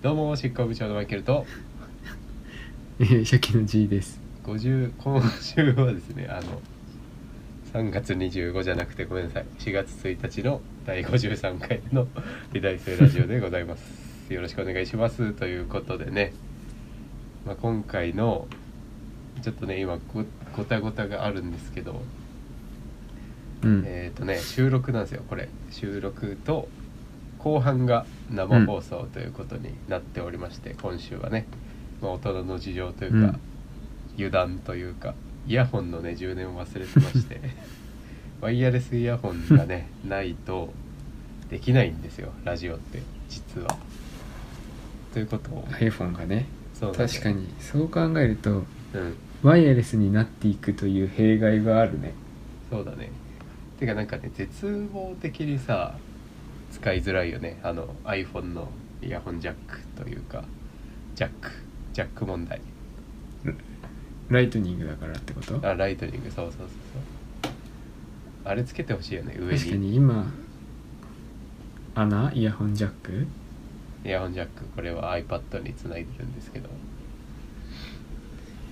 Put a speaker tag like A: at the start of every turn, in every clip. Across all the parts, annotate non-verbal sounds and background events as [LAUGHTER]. A: どうも執行部長のマイケルと
B: えー [LAUGHS] 初期の G です
A: 50今週はですねあの3月25じゃなくてごめんなさい4月1日の第53回の [LAUGHS] 美大生ラジオでございますよろしくお願いしますということでね、まあ、今回のちょっとね今ごごたごたがあるんですけど
B: うん、
A: えっ、とね収録なんですよこれ収録と後半が生放送ということになっておりまして、今週はね、まあ、大人の事情というか、
B: うん
A: 油断というかイヤホンのね充電を忘れてま
B: [LAUGHS]
A: してワイヤレスイヤホンがねないとできないんですよラジオって実は。ということを
B: iPhone がね
A: そうなんだよ
B: 確かにそう考えると
A: うん
B: ワイヤレスになっていくという弊害があるね
A: そうだねてかなんかね絶望的にさ使いづらいよねあの iPhone のイヤホンジャックというかジャックジャック問題
B: ライトニングだからってこと
A: あライトニングそうそうそうそうあれつけてほしいよね上
B: 確か
A: に
B: に今穴イヤホンジャック
A: イヤホンジャックこれは iPad につないでるんですけど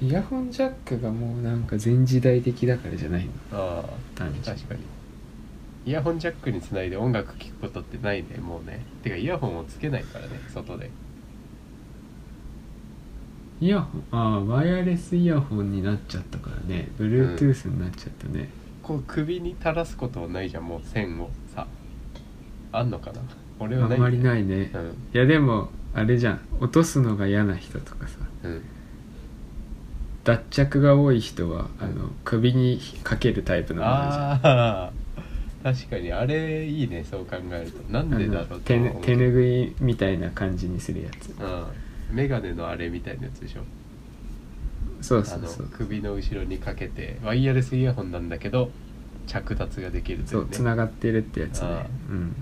B: イヤホンジャックがもうなんか全時代的だからじゃないの
A: ああ
B: 単純
A: 確かにイヤホンジャックにつないで音楽聴くことってないねもうねてかイヤホンをつけないからね外で
B: イヤホンああワイヤレスイヤホンになっちゃったからね Bluetooth になっちゃったね、
A: こう首に垂らすことはないじゃんもう線をさあんのかな俺は
B: あ
A: ない
B: んまり
A: い
B: ないね、
A: うん
B: いやでもあれじゃん落とすのが嫌な人とかさ
A: うん
B: 脱着が多い人はあの首にかけるタイプのものじゃん
A: ああー確かにあれいいねそう考えるとなんでだ
B: あ
A: ろ
B: の
A: うと
B: 手
A: は
B: ぬ
A: 思う
B: 手
A: けど
B: ぬぐいみたいな感じにするやつ
A: うんメガネのあれみたいなやつでしょ
B: そうそうそ
A: あの
B: う
A: 首の後ろにかけてワイヤレスイヤホンなんだけど着脱ができるとい
B: そう
A: うね
B: つながってるってやつね
A: あ
B: うん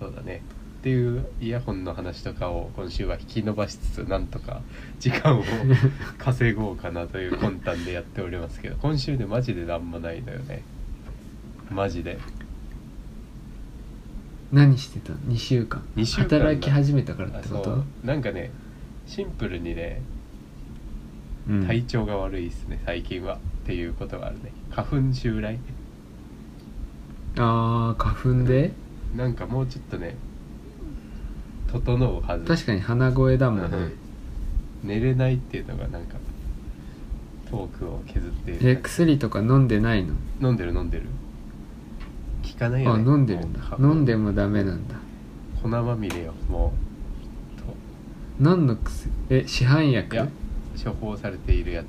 A: そうだねっていうイヤホンの話とかを今週は引き延ばしつつなんとか [LAUGHS] 時
B: [LAUGHS]
A: 間を稼ごうかなという魂胆でやっておりますけど今週でマジでなんもないのよねマジで
B: 何してたの2週間
A: 2週間だ
B: 働き始めたからっ
A: あ
B: て
A: そ
B: こと
A: うなんかねシンプルにね
B: うん
A: 体調が悪いですね、最近はっていうことがあるね花粉襲来
B: あー花粉で
A: なんかもうちょっとね整うはず
B: 確かに鼻声だもんね
A: 寝れないっていうのがなんかトークを削っている
B: え薬とか飲んでないの
A: 飲んでる飲んでる効かないよ
B: あ
A: ね
B: 飲んでるんだ
A: もう
B: 飲んでもダメなんだ
A: 粉まみれよも
B: 何の薬え市販
A: うとい
B: 薬
A: や処
B: あ
A: 方されているやつ、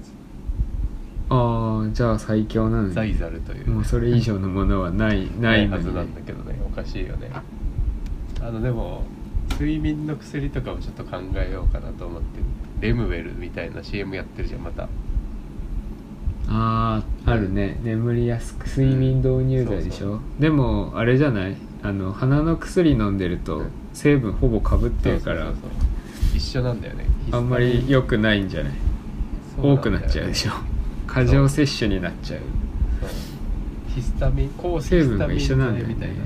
B: あーじゃあ最強なの
A: ザイ
B: に
A: ザルという、
B: もうそれ以上のもの
A: [LAUGHS]
B: はないないの
A: はず
B: に
A: な
B: ね
A: んだけどねおかしいよねあのでも睡眠の薬とかもちょっと考えようかなと思ってるレムウェルみたいな CM やってるじゃんまた
B: あーあるね眠りやすく睡眠導入剤でしょ、
A: うんそう
B: でもあれじゃないあの鼻の薬飲んでると
A: うん
B: 成分ほぼかぶってるから
A: そうそうそう一緒なんだよね
B: あんまり良くないんじゃない多くなっちゃうでし
A: ょ
B: ょ過剰摂取になっちゃう
A: ヒスタミン抗ヒ
B: 成
A: ス
B: 分
A: タ
B: が
A: ミン
B: 一緒なんだよ
A: 剤
B: ね
A: みたい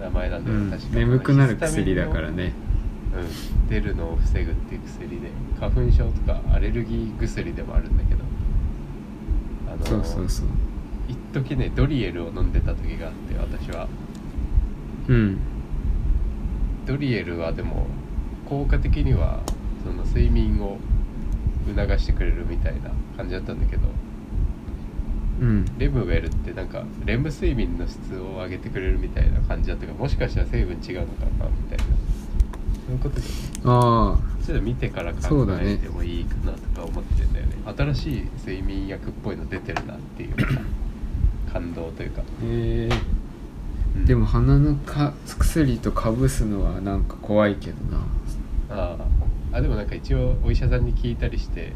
A: な名前なん
B: う
A: だよ、
B: ん
A: 確か、
B: 眠くなる薬だからね
A: うん、出るのを防ぐっていう薬で花粉症とかアレルギー薬でもあるんだけどあの
B: そうそうそう
A: 一時ねドリエルを飲んでた時があって私は
B: うん
A: ドリエルはでも効果的にはその睡眠を促してくれるみたいな感じだったんだけど
B: うん
A: レムウェルってなんかレム睡眠の質を上げてくれるみたいな感じだったからもしかしたら成分違うのかなみたいなそういうことで
B: あ
A: ちょっと見てから
B: そ
A: 考
B: うだ
A: え
B: ね
A: てもいいかなとか思ってんだよね新しい睡眠薬っぽいの出てるなって
B: [CLEARS THROAT]
A: いう感動というか、
B: あへえ
A: うん
B: でも鼻のか薬とかぶすのはなんか怖いけどな
A: あああでもなんか一応お医者さんに聞いたりして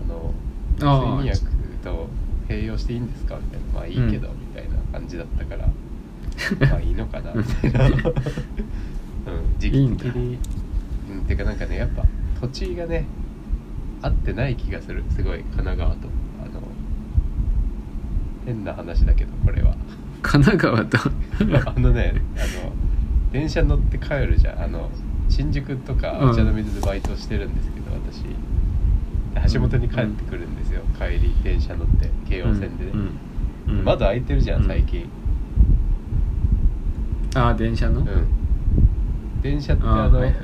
A: あの
B: ああ
A: 睡眠薬と併用していいんですかみたいなまあいいけど、みたいな感じだったから [LAUGHS] まあいいのかなみたいな、うん、時期的にうんてかなんかねやっぱ土地がね合ってない気がするすごい神奈川とあの変な話だけどこれ
B: [LAUGHS]
A: は
B: 神奈川と
A: [LAUGHS] あのねあの電車乗って帰るじゃんあの新宿とか
B: うん
A: お茶の水でバイトしてるんですけど私橋本に帰ってくるんですよ、帰り電車乗って京王線でね、
B: うんうんうん
A: 窓開いてるじゃん
B: うん
A: 最近
B: ああ電車の、
A: うん、電車ってあ
B: ああ
A: の、
B: はいはい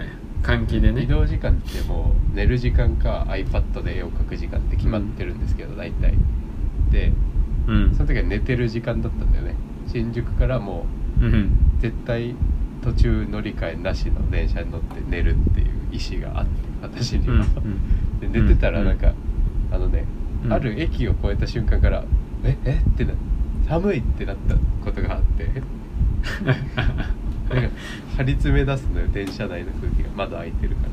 B: 換気でね
A: 移動時間ってもう寝る時間か iPad で絵を描く時間って決まってるんですけど、大体で
B: うん
A: その時は寝てる時間だったんだよね新宿からも
B: うん
A: う絶対途中乗り換えなしの電車に乗って寝るっていう意思があって私に
B: う
A: は、
B: んうん
A: で寝てたらなんか、
B: う
A: あのね、
B: うん
A: ある駅を越えた瞬間から「ええっ?」てな寒いってなったことがあってなんか [LAUGHS] 張り詰め出すのよ電車内の空気が窓開いてるから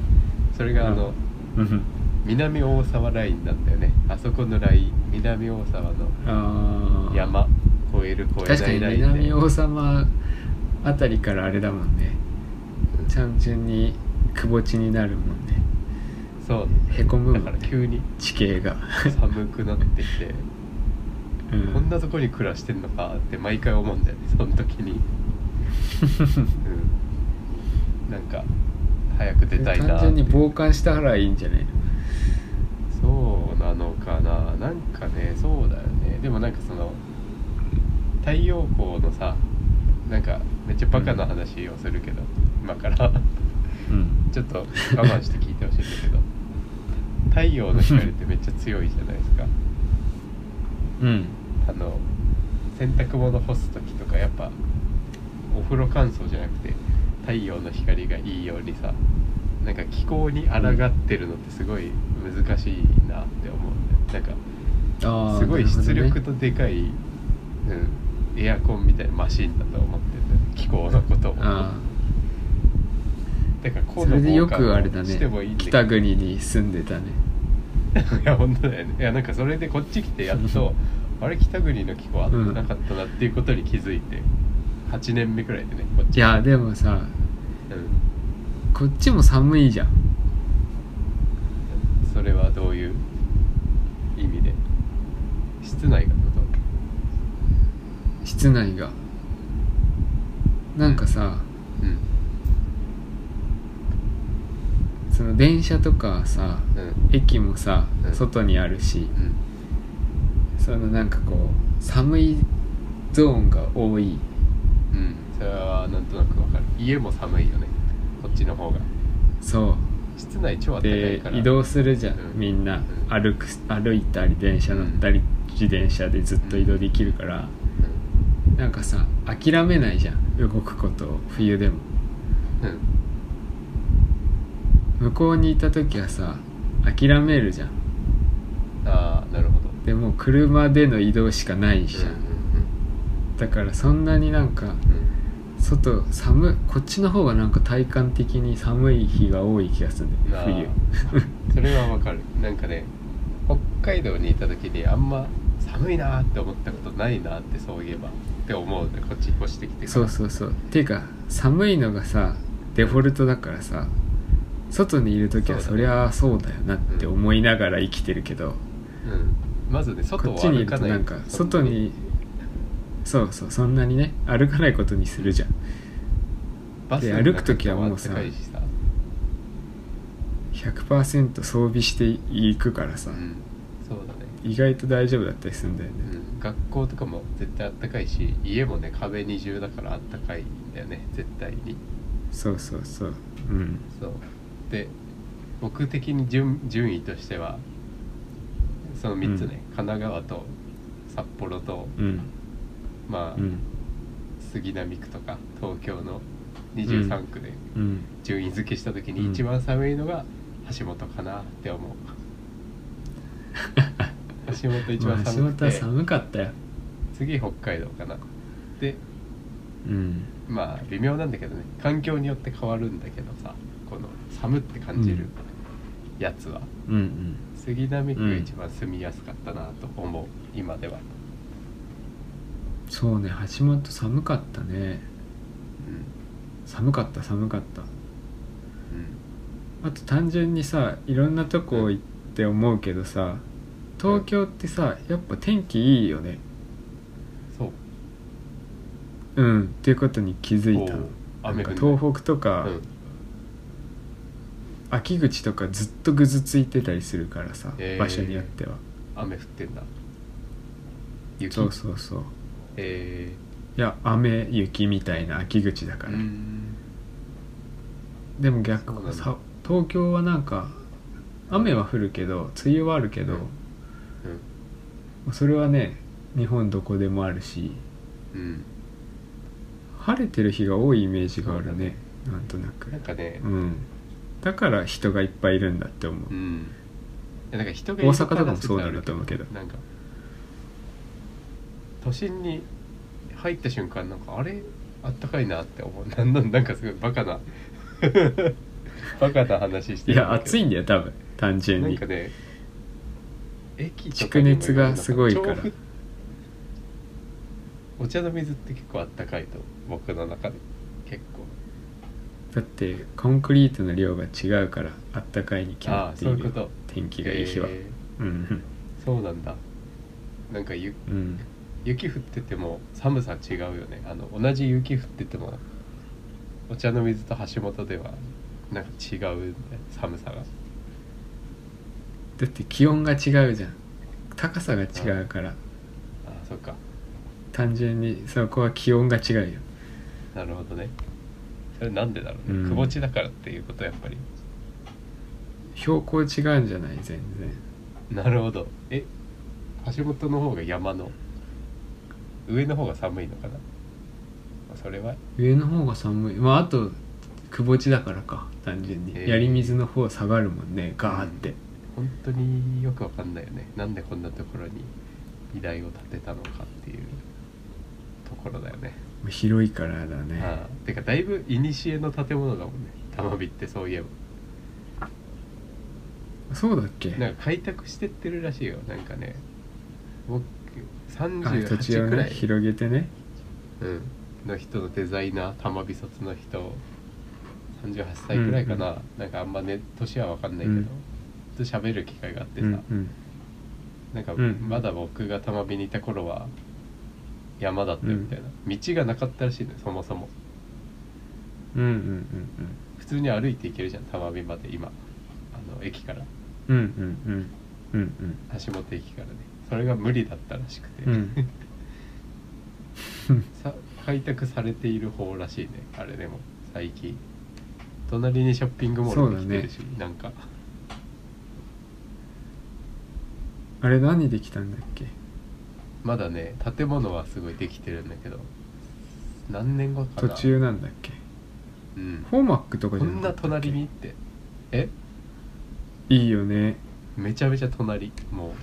A: それがあの、
B: うんうん
A: 南大沢ラインなんだよねあそこのライン南大沢の
B: ああ
A: 山越える越え
B: 確
A: な
B: かに
A: いラインで
B: 南王様あたりからあれだもんね単純に窪地になるもんね
A: そう
B: へこむ
A: だ
B: も
A: か
B: ん
A: ら
B: ね
A: 急に
B: 地形が、
A: 寒くなってきて、
B: [LAUGHS] う
A: こんなとこに暮らしてんのかって毎回思うんだよねその時
B: [LAUGHS]
A: に、うん、なんか早く出たいな
B: 単純に傍観したらいいんじゃない
A: そうなのかななんかねそうだよねでもなんかその太陽光のさなんかめっちゃバカな話をするけど、今から
B: うん
A: ちょっと我慢して聞いてほしいんだけど太陽の光ってめっちゃ強いじゃないですか
B: うん
A: あの洗濯物干す時とかやっぱお風呂乾燥じゃなくて太陽の光がいいようにさなんか気候に抗ってるのってすごい難しいなって思うんだよなんか
B: ああ
A: すごい出力
B: と
A: とでかい、うん、エアコンみたいなマシンだと思ってるんだよ気候のことを
B: あ
A: だから
B: あ
A: こう
B: それでよくあれだ
A: してもいいん
B: ね
A: だけど
B: 北国に住んでたね
A: いや本当だよねいやなんかそれでこっち来てやっとあれ北国の気候合ってなかったなっていうことに気づいて8年目くらいでねこっち
B: いやでもさ
A: うん、
B: こっちも寒いじゃん
A: それはどういう意味で室内がこと
B: 室内がなんかさ
A: うん
B: その電車とかさ
A: うん
B: 駅もさ
A: うん
B: 外にあるし
A: うん
B: そのなんかこう寒いゾーンが多い
A: うんそれはなんとなくわかる家も寒いよねこっちの方が
B: そ
A: 室内超
B: う
A: 暖かい
B: で
A: から
B: 移動するじゃん、
A: うん
B: みんな
A: うん
B: 歩く歩いたり電車乗ったり、自転車でずっと移動できるから、なんかさ諦めないじゃん動くことを冬でも
A: うんうん
B: 向こうにいた時はさ諦めるじゃん
A: ああなるほど
B: でもう車での移動しかないじゃん、
A: う
B: だからそんなになんか
A: んうんうん
B: 外寒いこっちの方がなんか体感的に寒い日が多い気がするんだ
A: なあ
B: よね
A: [LAUGHS] それはわかるなんかね北海道にいた時にあんま寒いなーって思ったことないなーってそういえばって思うねこっち越してきて
B: 冬
A: か
B: そ
A: ら
B: うそうそうっていうか寒いのがさデフォルトだからさ外にいる時は
A: そ
B: そうり
A: だ
B: ゃそうだよなって思いながら生きてるけど、
A: うん、まずね外
B: こ
A: を
B: っちにい
A: 歩
B: る
A: か
B: と
A: ない
B: なんか外にそうそうそんなにね歩かないことにするじゃん
A: バス
B: で
A: の中
B: 歩く時はもうさ
A: 暖かいしさ
B: 100%装備していくからさ、
A: うん、そうだね、
B: 意外と大丈夫だったりするんだよね、
A: うん、学校とかも絶対暖かいし家もね壁二重だから暖かいんだよね絶対に
B: そうそうそううん
A: そうで僕的に順順位としてはその3つね、神奈川と札幌と、
B: うん
A: まあ、
B: うん
A: 杉並区とか東京の23区で
B: うん
A: 順位付けした時
B: う
A: に
B: ん
A: 一番寒いのが橋本かなって思う橋本一
B: ま
A: 番
B: あ仕
A: 寒く
B: 事
A: て
B: は寒かったよ
A: 次北海道かなで
B: うん
A: まあ微妙なんだけどね環境によって変わるんだけどさこの寒って感じるやつは、
B: うんうん
A: 杉並区
B: う
A: が
B: ん
A: 一番住みやすかったなと思う、今では、
B: そうね橋本寒かったね
A: うん
B: 寒かった寒かった
A: うん、
B: あと単純にさいろんなとこ行って思うけどさ東京ってさやっぱ天気いいよね
A: そう
B: うんっていうことに気づいた
A: おう
B: の
A: 雨降
B: なんん
A: だ
B: か東北とか、
A: うん
B: 秋口とかずっとぐずついてたりするからさ、
A: へー
B: 場所によっては
A: 雨降ってんだ雪
B: そうそうそう
A: え
B: いや雨雪みたいな秋口だ
A: ー、
B: か
A: う
B: ら、
A: ん
B: でも逆
A: そうなんだ
B: さ東京はなんか雨は降るけど梅雨はあるけど、
A: うん
B: それはね日本どこでもあるし
A: うん
B: 晴れてる日が多いイメージがあ
A: そ
B: る
A: うだ
B: ね
A: ね
B: なんとなく
A: なんかね
B: うんだから人がいっぱいいるんだって思う、
A: うんいやなんか人が
B: 大阪とかもそうなると思うけど
A: なんか都心に入った瞬間なんかあれあったかいなって思う [LAUGHS] なんなんなんかすごいバカな [LAUGHS] バカな話して
B: い
A: るん
B: や
A: だけど
B: 暑いんだよ多分単純
A: なん
B: に
A: かね駅とか
B: 蓄熱がすごいから
A: 調布お茶の水って結構あったかいと僕の中で結構
B: だってコンクリートの量が違うからあったかいに決まってい
A: ああそう
B: る
A: いうこと
B: 天気がいい日は、
A: え
B: うん
A: ーそうなんだなんかゆ
B: うん
A: 雪降ってても寒さ違うよねあの同じ雪降っててもお茶の水と橋本ではなんか違う、ね、寒さが
B: だって気温が違うじゃん高さが違うから
A: あそっか
B: 単純にそこは気温が違うよ
A: なるほどねそれなんでだろうね、
B: うん
A: 窪地だからっていうことはやっぱり
B: 標高違うんじゃない全
A: な
B: 然
A: るほどえ橋本の方が山の上の方が寒いのかなあそれは
B: 上の方が寒いまああと窪地だからか単純に、
A: えー
B: 槍水の方下がるもんねガーって、
A: 本当によくわかんないよねなんでこんなところに美大を建てたのかっていうところだよね、
B: もう広いからだ
A: あ
B: ね
A: あてかだいぶ古の建物だもんね玉美ってそういえば
B: そうだっけ
A: なんか開拓してってるらしいよなんかね僕
B: あ土地を
A: 38くら
B: ね
A: い
B: 広げてね
A: うん、の人のデザイナー玉美卒の人38歳くらいかな、なんかあんまね年は分かんないけど、
B: うん
A: ずっと喋る機会があって
B: う
A: さ、
B: んうん
A: なんか
B: うん
A: まだ僕が玉美にいた頃は山だったよみたいな、道がなかったらしいのよそもそも
B: うんうん
A: 普通に歩いて行けるじゃん玉美まで今あの駅から
B: うんうんうんうんうんうん
A: 橋本駅からねそれが無理だったらしくて、
B: うん
A: [LAUGHS] さ開拓されている方らしいねあれでも最近隣にショッピングモールできてるし、なんか
B: あれ何できたんだっけ
A: まだね建物はすごいできてるんだけど何年後か
B: 途
A: な
B: 中なんだっけ
A: うん、
B: フォーマックとか
A: こ
B: じゃなんか
A: な
B: ったっけ
A: 隣にってえ
B: いいよね
A: めちゃめちゃ隣もう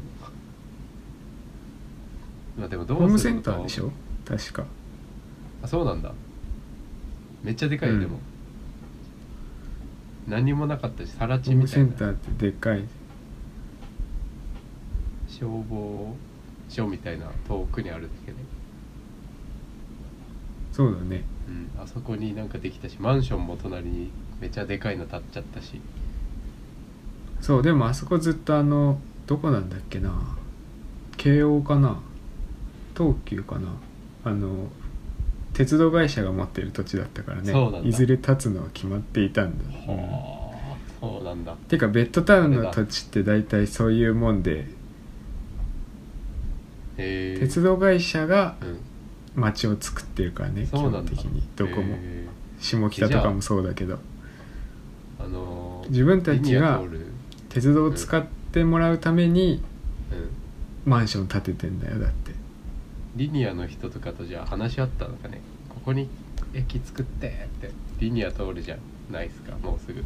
A: まあでもど
B: ホ
A: う
B: ーム
A: す
B: セ
A: るの
B: ン
A: か
B: ターでしょ確か
A: あそうなんだめっちゃでかいよ、
B: うん
A: でも何もなかったしさら
B: ホ
A: 地
B: ーム
A: みた
B: セ
A: い
B: ン
A: な
B: ターってでかい
A: 消防署みたいな遠くにあるだけで、
B: そうだね
A: うん、あそこになんかできたしマンションも隣にめちゃでかいの建っちゃったし
B: そうでもあそこずっとあのどこなんだっけな慶応かな東急かなあの鉄道会社が持ってる土地だったからね
A: そうなんだ
B: いずれ建つのは決まっていたんだ、うん
A: はあそうなんだ
B: てかベッドタウンの土地って大体そういうもんで
A: へえ
B: 鉄道会社が
A: うん
B: 町を作ってるからね基
A: そうな
B: 本
A: んだ
B: 的にどこも
A: へ
B: 下北とかもそうだけど
A: えあのー
B: 自分たちが
A: リニア通る
B: 鉄道を使ってもらうために
A: うん
B: マンション建ててんだよだって
A: リニアの人とかとじゃあ話し合ったのかねここに駅作ってってリニア通るじゃないですかもうすぐ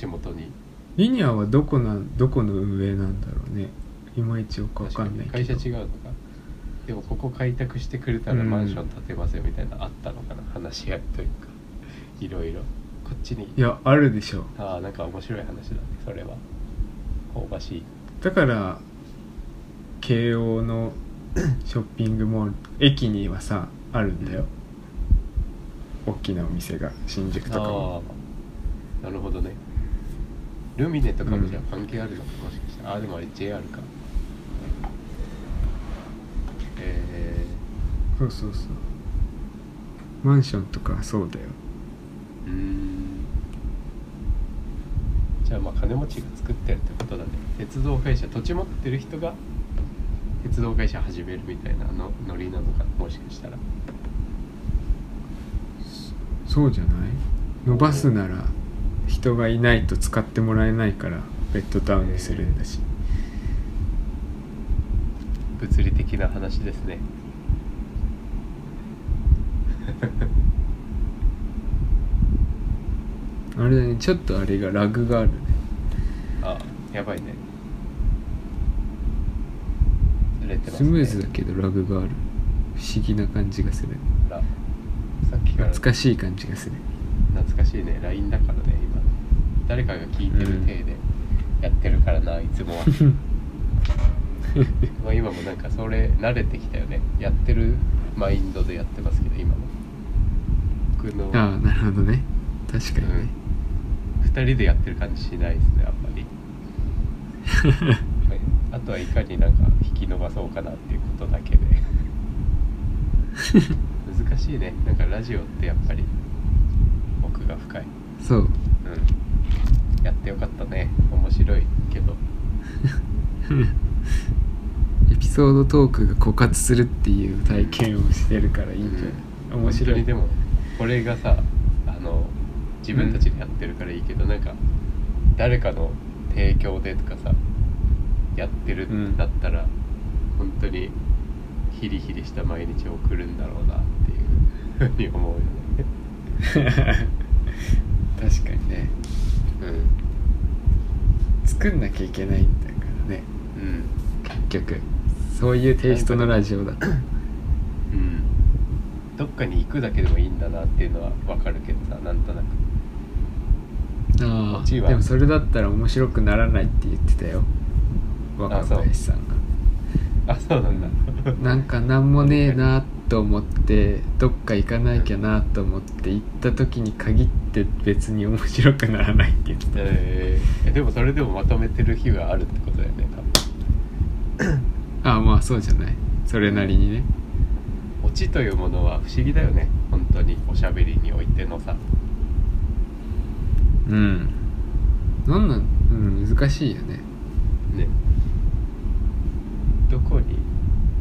A: 橋本に
B: リニアはどこなんどこの運営なんだろうねいまいちよくわかんないけ
A: 会社
B: ど
A: 違うのかでもここ開拓してくれたらマンション建てますよみたいなのあったのかな、話し合いというかいろいろこっちに
B: いやあるでしょ
A: ああなんか面白い話だねそれは香ばしい
B: だから慶応
A: [COUGHS]
B: のショッピングモール駅にはさあるんだよ、大きなお店が新宿とか
A: あ
B: も
A: あなるほどねルミネとかもじゃあ関係あるのか、もしかしたらああでもあれ JR かえ
B: そうそうそうマンションとかそうだよ
A: ー、うーんじゃあまあ金持ちが作ってるってことだね鉄道会社土地持ってる人が鉄道会社始めるみたいなのノリなのかもしかしたら
B: そうじゃない伸ばすなら人がいないと使ってもらえないからベッドタウンにするんだし、
A: 物理的な話ですね
B: あれだねちょっとあれがラグがあるね
A: あやばいねずれてますね
B: スムーズだけどラグがある不思議な感じがする
A: ラさっきから
B: 懐かしい感じがする
A: 懐かしいね LINE だからね今誰かが聞いてる体でやってるからな、いつも
B: [LAUGHS]
A: はまあ今もなんかそれ慣れてきたよねやってるマインドでやってますけど今も僕の
B: ああなるほどね確かにね、
A: 2人でやってる感じしないですねあんまりはいあとはいかになんか引き伸ばそうかなっていうことだけで難しいねなんかラジオってやっぱり奥が深い
B: そう
A: うんやってよかったね面白いけど
B: エピソードトークが枯渇するっていう体験をしてるからいいんじゃない、面
A: 本
B: 白
A: 当
B: い
A: にでもこれがさあの自分たちでやってるからいいけど、なんか誰かの提供でとかさやってるんだったら、本当にヒリヒリした毎日を送るんだろうなっていうふうに思うよね
B: 確かにね
A: うん
B: 作んなきゃいけないんだからね
A: うん
B: 結局そういうテイストのラジオだと
A: うんどっかに行くだけでもいいんだなっていうのは分かるけどさなんとなくこ
B: あ
A: っ
B: あ
A: ちは
B: でもそれだったら面白くならないって言ってたよ若林さんが
A: あそうなんだ
B: なんかなんもねえなと思ってどっか行かなきゃなと思って行った時に限って別に面白くならないって言ってた
A: [LAUGHS] えーでもそれでもまとめてる日があるってことだよね多分
B: ああまあそうじゃないそれなりにね
A: オチというものは不思議だよね本当におしゃべりにおいてのさ
B: うんなんなん、うん、難しいよね
A: ねどこに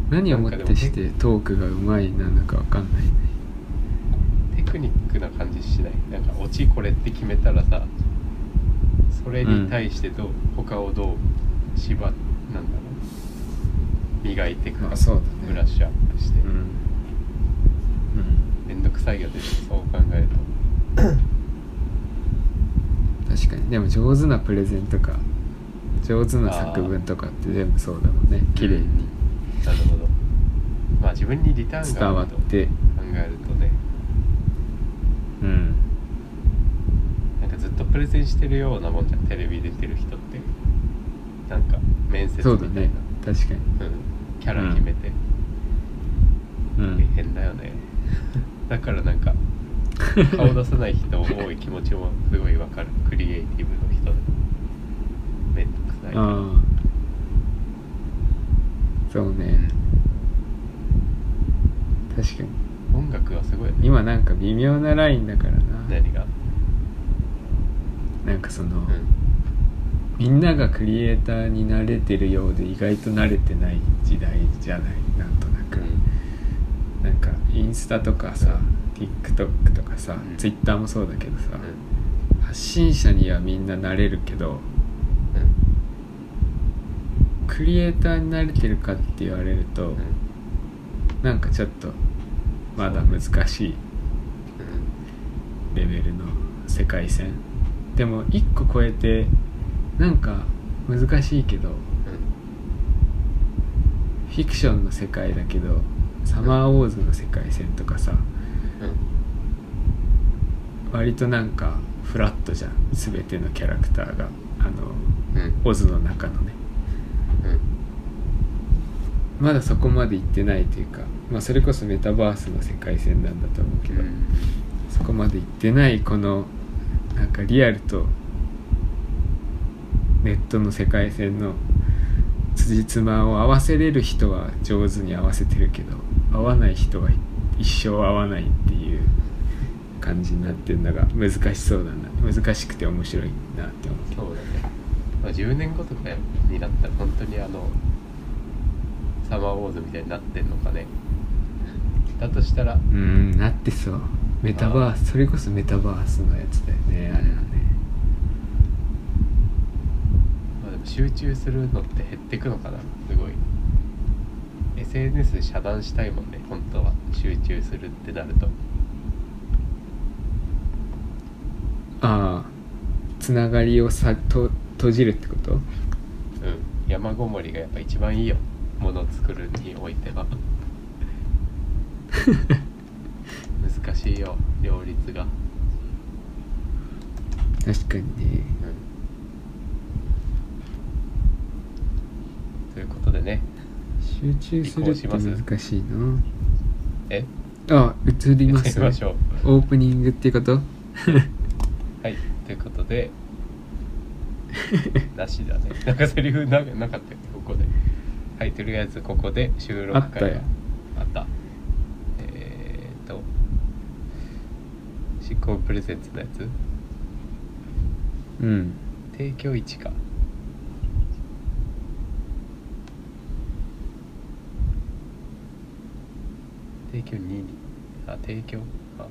B: 何をもってしてトークがうまいなのかわかんないね
A: テクニックな感じしないなんかオチこれって決めたらさそれに対してどう、他をどう縛なんだろう磨いていくか
B: あそうだね
A: ブラッシュアップして、
B: うんうん
A: めんどくさいよねそう考えると
B: 確かにでも上手なプレゼンとか上手な作文とかって全部そうだもんね綺麗に
A: なるほどまあ自分にリターン
B: 伝
A: がある
B: わっ
A: と考
B: て
A: えるとね
B: うん
A: なんかずっとプレゼンしてるようなもんじゃんテレビ出てる人ってなんか面接みたいな
B: そうだね確かに
A: うん、キャラ決めて、
B: う
A: 大
B: ん
A: 変だよねだからなんか顔出さない人多い気持ちもすごいわかるクリエイティブの人でめんどくさいから
B: [LAUGHS] ああそうね確かに
A: 音楽はすごいよね
B: 今なんか微妙なラインだからな
A: 何が、
B: なんかその、
A: うん、
B: みんながクリエイターに慣れてるようで意外と慣れてない時代じゃないなんとなく、なんかインスタとかさ、TikTok とかさ、
A: うん
B: Twitter もそうだけどさ、
A: うん
B: 発信者にはみんな慣れるけどクリエイターに慣れてるかって言われると、
A: うんうん
B: なんかちょっとまだ難しいレベルの世界線でも一個超えてなんか難しいけどフィクションの世界だけどサマーウォーズの世界線とかさ
A: うん
B: 割となんかフラットじゃん全てのキャラクターがあの
A: うんうん
B: オズの中のね
A: うん
B: まだそこまで行ってないというか、まあ、それこそメタバースの世界線なんだと思うけど、そこまで行ってないこのなんかリアルとネットの世界線の辻褄を合わせれる人は上手に合わせてるけど合わない人は一生合わないっていう感じになってるのが難しそうだな難しくて面白いなって思
A: そうだね、まあ、10年後とかになったら本当にあのサマーウォーズみたいになってんのかねだとしたら
B: ううんなってそうメタバースそれこそメタバースのやつだよねあれはね
A: まあ、でも集中するのって減ってくのかなすごい SNS で遮断したいもんね本当は集中するってなると
B: ああつながりをさと閉じるってこと
A: うん山ごもりがやっぱ一番いいよもの作るにおいては難しいよ両立が、
B: 確かにね
A: うん、ということでね
B: 集中するって難しいな
A: え
B: あ映ります
A: やりましょう
B: オープニングっていう
A: [LAUGHS]
B: こと
A: はいということ
B: [LAUGHS]
A: でなしだねなんかセリフななかったよねここではいとりあえずここで収録会が
B: あったよ
A: あったえー、っと執行プレゼンツのやつ
B: うん
A: 提供1か提供2にあ提供あ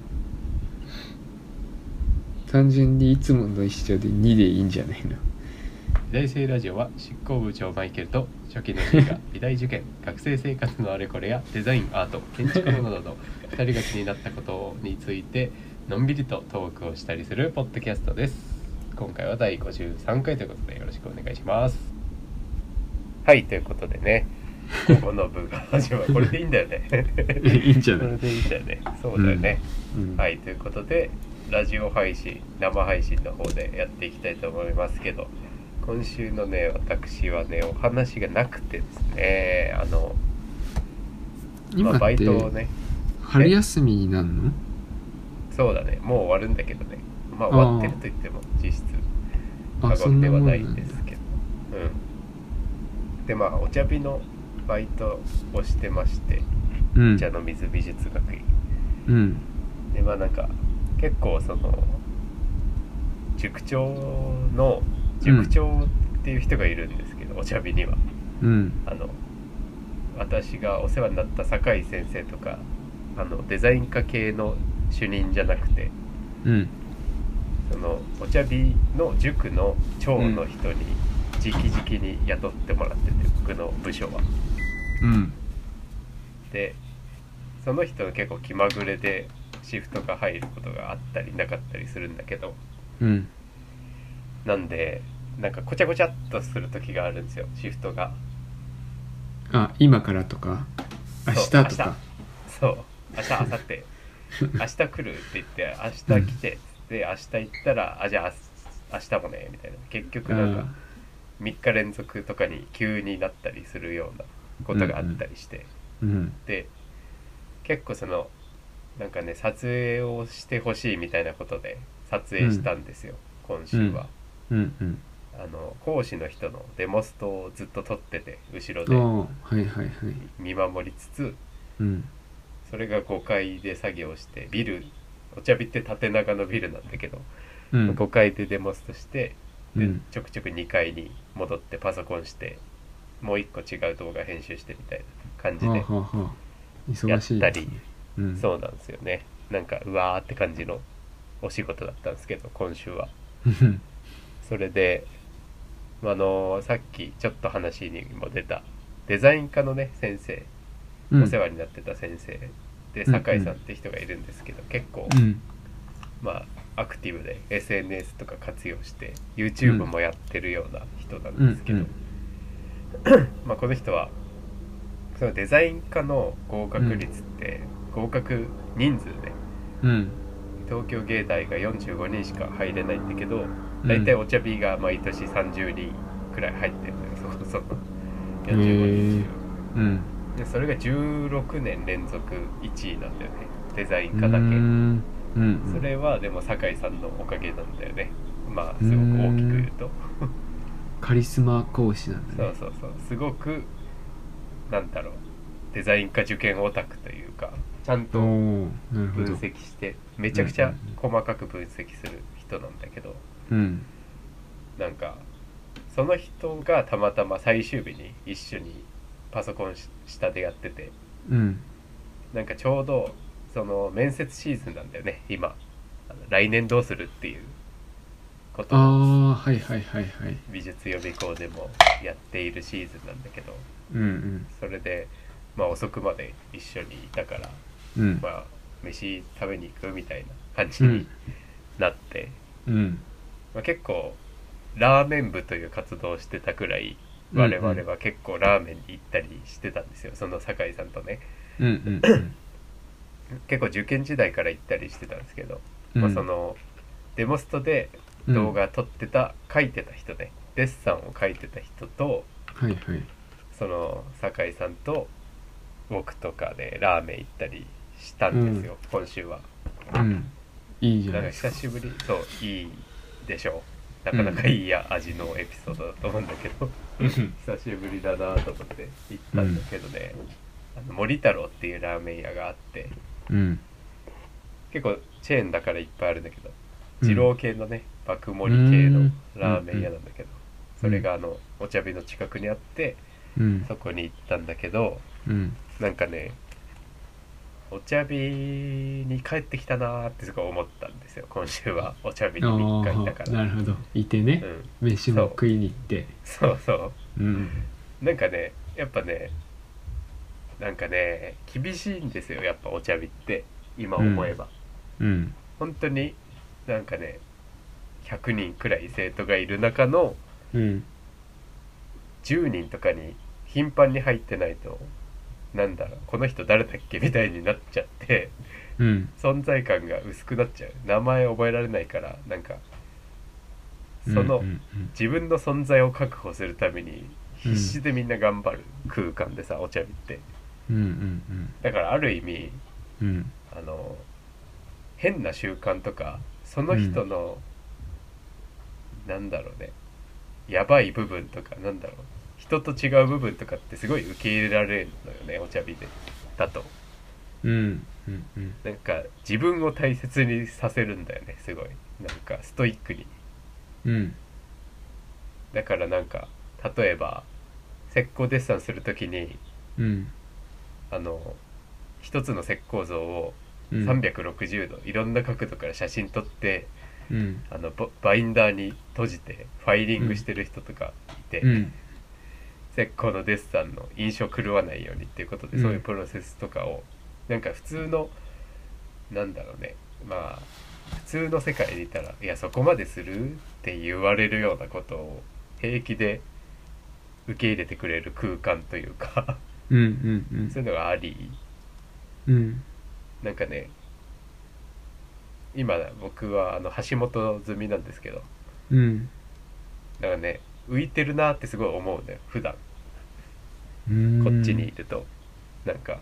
B: 単純にいつもの一緒で2でいいんじゃないの
A: 美大生ラジオは執行部長マイケルと初期の映画美大受験学生生活のあれこれやデザインアート建築などな [LAUGHS] ど2人が気になったことについてのんびりとトークをしたりするポッドキャストです今回は第53回ということでよろしくお願いしますはいということで [LAUGHS] ねここの部が始まるこれでいいんだよね
B: いいんじゃない
A: これで [LAUGHS] いいんだよねそうだよね、
B: うん
A: はい、ということで、ラジオ配信、生配信の方でやっていきたいと思いますけど、今週のね、私はね、お話がなくてですね、あの、ま
B: 今
A: あ、バ
B: っ
A: イ
B: て
A: トをね、
B: 春休みになるの
A: そうだね、もう終わるんだけどね、まあ終わってると言っても、実質、過
B: あそ
A: 言
B: ん
A: で
B: な
A: は
B: もん
A: な
B: ない
A: ん
B: んだ
A: ですけど、うん。で、まあ、お茶日のバイトをしてまして、
B: うん
A: 茶の水美術学院。
B: うん
A: でまあなんか結構その塾長の塾長っていう人がいるんですけど、お茶日には
B: うん
A: あの私がお世話になった酒井先生とかあのデザイン科系の主任じゃなくて
B: うん
A: そのお茶日の塾の長の人に直々に雇ってもらってて、僕の部署は。
B: うん
A: でその人結構気まぐれでシフトが入ることがあったりなかったりするんだけど。
B: うん
A: なんでなんかごちゃごちゃっとする時があるんですよシフトが
B: あ今からとか明日
A: そう
B: とか
A: そう明日明後
B: [LAUGHS]
A: 日明日来るって言って明日来てで明日行ったらあじゃあ明日もねみたいな結局なんか
B: あ
A: 3日連続とかに急になったりするようなことがあったりして、
B: ーうん
A: で結構そのなんかね撮影をしてほしいみたいなことで撮影したんですよ、今週は、
B: うんうん
A: あの講師の人のデモストをずっと撮ってて後ろ
B: あ
A: で
B: あはいはいはい
A: 見守りつつ
B: うん
A: それが5階で作業してビルお茶日って縦長のビルなんだけど、
B: うん
A: 5階でデモストして
B: う
A: で、
B: ん
A: ちょくちょく2階に戻ってパソコンしてもう1個違う動画編集してみたいな感じ
B: はあ
A: で、
B: はあはあ忙しい
A: や
B: で
A: ったり
B: すねうん
A: そうなんですよねなんかうわーって感じのお仕事だったんですけど今週は
B: うん
A: それであのーさっきちょっと話にも出たデザイン科のね先生
B: うん
A: お世話になってた先生で
B: うん
A: 酒井さんって人がいるんですけど、結構、
B: うん
A: まあアクティブで SNS とか活用して YouTube もやってるような人なんですけど、
B: うん
A: まあこの人はそのデザイン科の合格率って、合格人数ね
B: うん
A: 東京芸大が45人しか入れないんだけど
B: うん
A: 大体お茶日が毎年30人くらい入ってるんだよそこそこ
B: へ
A: 45人
B: ー
A: 中。
B: うん
A: でそれが16年連続1位なんだよねデザイン
B: う
A: 科だけ
B: んうん
A: それはでも酒井さんのおかげなんだよねまあすごく大きく言うと
B: カリスマ講師なんだ
A: そう
B: ね
A: そうそうすごくなんだろうデザイン科受験オタクというかちゃん
B: お
A: と
B: おーなるほ
A: 分
B: ど
A: 析してめちゃくちゃ細かく分析する人なんだけど
B: うん
A: なんかその人がたまたま最終日に一緒にパソコンし下でやってて
B: うん
A: なんかちょうどその面接シーズンなんだよね今あの来年どうするっていうことを
B: ああはいはいはいはい
A: 美術予備校でもやっているシーズンなんだけど
B: うん
A: それで、まあ、遅くまで一緒にいたから、
B: うんうん
A: まあ、飯食べに行くみたいな感じ
B: う
A: に
B: ん
A: なって、
B: うん
A: まあ、結構ラーメン部という活動をしてたくらい
B: うんうん
A: 我々は結構ラーメンに行ったりしてたんですよその酒井さんとね
B: うんうんうん
A: 結構受験時代から行ったりしてたんですけど、
B: うん
A: まあ、そのデモストで動画撮ってた、書いてた人ねデッサンを書いてた人と
B: はいはい
A: その酒井さんと僕とかでラーメン行ったりしたんですよ、今週は
B: うんいいじゃ
A: な
B: なんい
A: か
B: ですか
A: 久しぶりそういいでしょうなかなかいいや、味のエピソードだと思うんだけど [LAUGHS] 久しぶりだなと思って行ったんだけどね、あの森太郎っていうラーメン屋があって
B: うん
A: 結構チェーンだからいっぱいあるんだけど
B: うん
A: 二郎系のね爆盛り系のラーメン屋なんだけど、それがあのお茶日の近くにあって
B: うん
A: そこに行ったんだけど
B: うん
A: なんかねお茶日に帰ってきたなーってすごい思ったんですよ今週はお茶日に
B: あ
A: 3日いたか
B: あな
A: ら
B: るほどいてね
A: う、ん
B: 飯も食いに行って
A: そうそう
B: うん
A: なんかねやっぱねなんかね厳しいんですよやっぱお茶日って今思えば、
B: うん
A: 本当になんかね100人くらい生徒がいる中の
B: うん
A: 10人とかに頻繁に入ってないとなんだろうこの人誰だっけみたいになっちゃって
B: うん
A: 存在感が薄くなっちゃう名前覚えられないからなんかその
B: うん
A: 自分の存在を確保するために必死でみんな頑張る空間でさお茶日って
B: うんうん
A: だからある意味
B: うんうん
A: あの変な習慣とかその人の、なんだろうねやばい部分とかなんだろう人と違う部分とかってすごい受け入れられるのよねお茶日でだと
B: うんうんうん
A: なんか自分を大切にさせるんだよねすごいなんかストイックに
B: うん
A: だからなんか例えば石膏デッサンする時に
B: うん
A: あの一つの石膏像を
B: うん
A: 360度、いろんな角度から写真撮って
B: うん
A: あのババインダーに閉じてファイリングしてる人とかいて、
B: うん
A: 石膏のデッサンの印象狂わないようにっていうことで、
B: うん
A: そういうプロセスとかをなんか普通のなんだろうねまあ普通の世界にいたら「いやそこまでする?」って言われるようなことを平気で受け入れてくれる空間というか
B: うんうん
A: そういうのがあり
B: うん
A: なんかね今僕はあの橋本済みなんですけど
B: うん
A: だからね浮いてるなってすごい思うね普段
B: うん
A: こっちにいると、なんか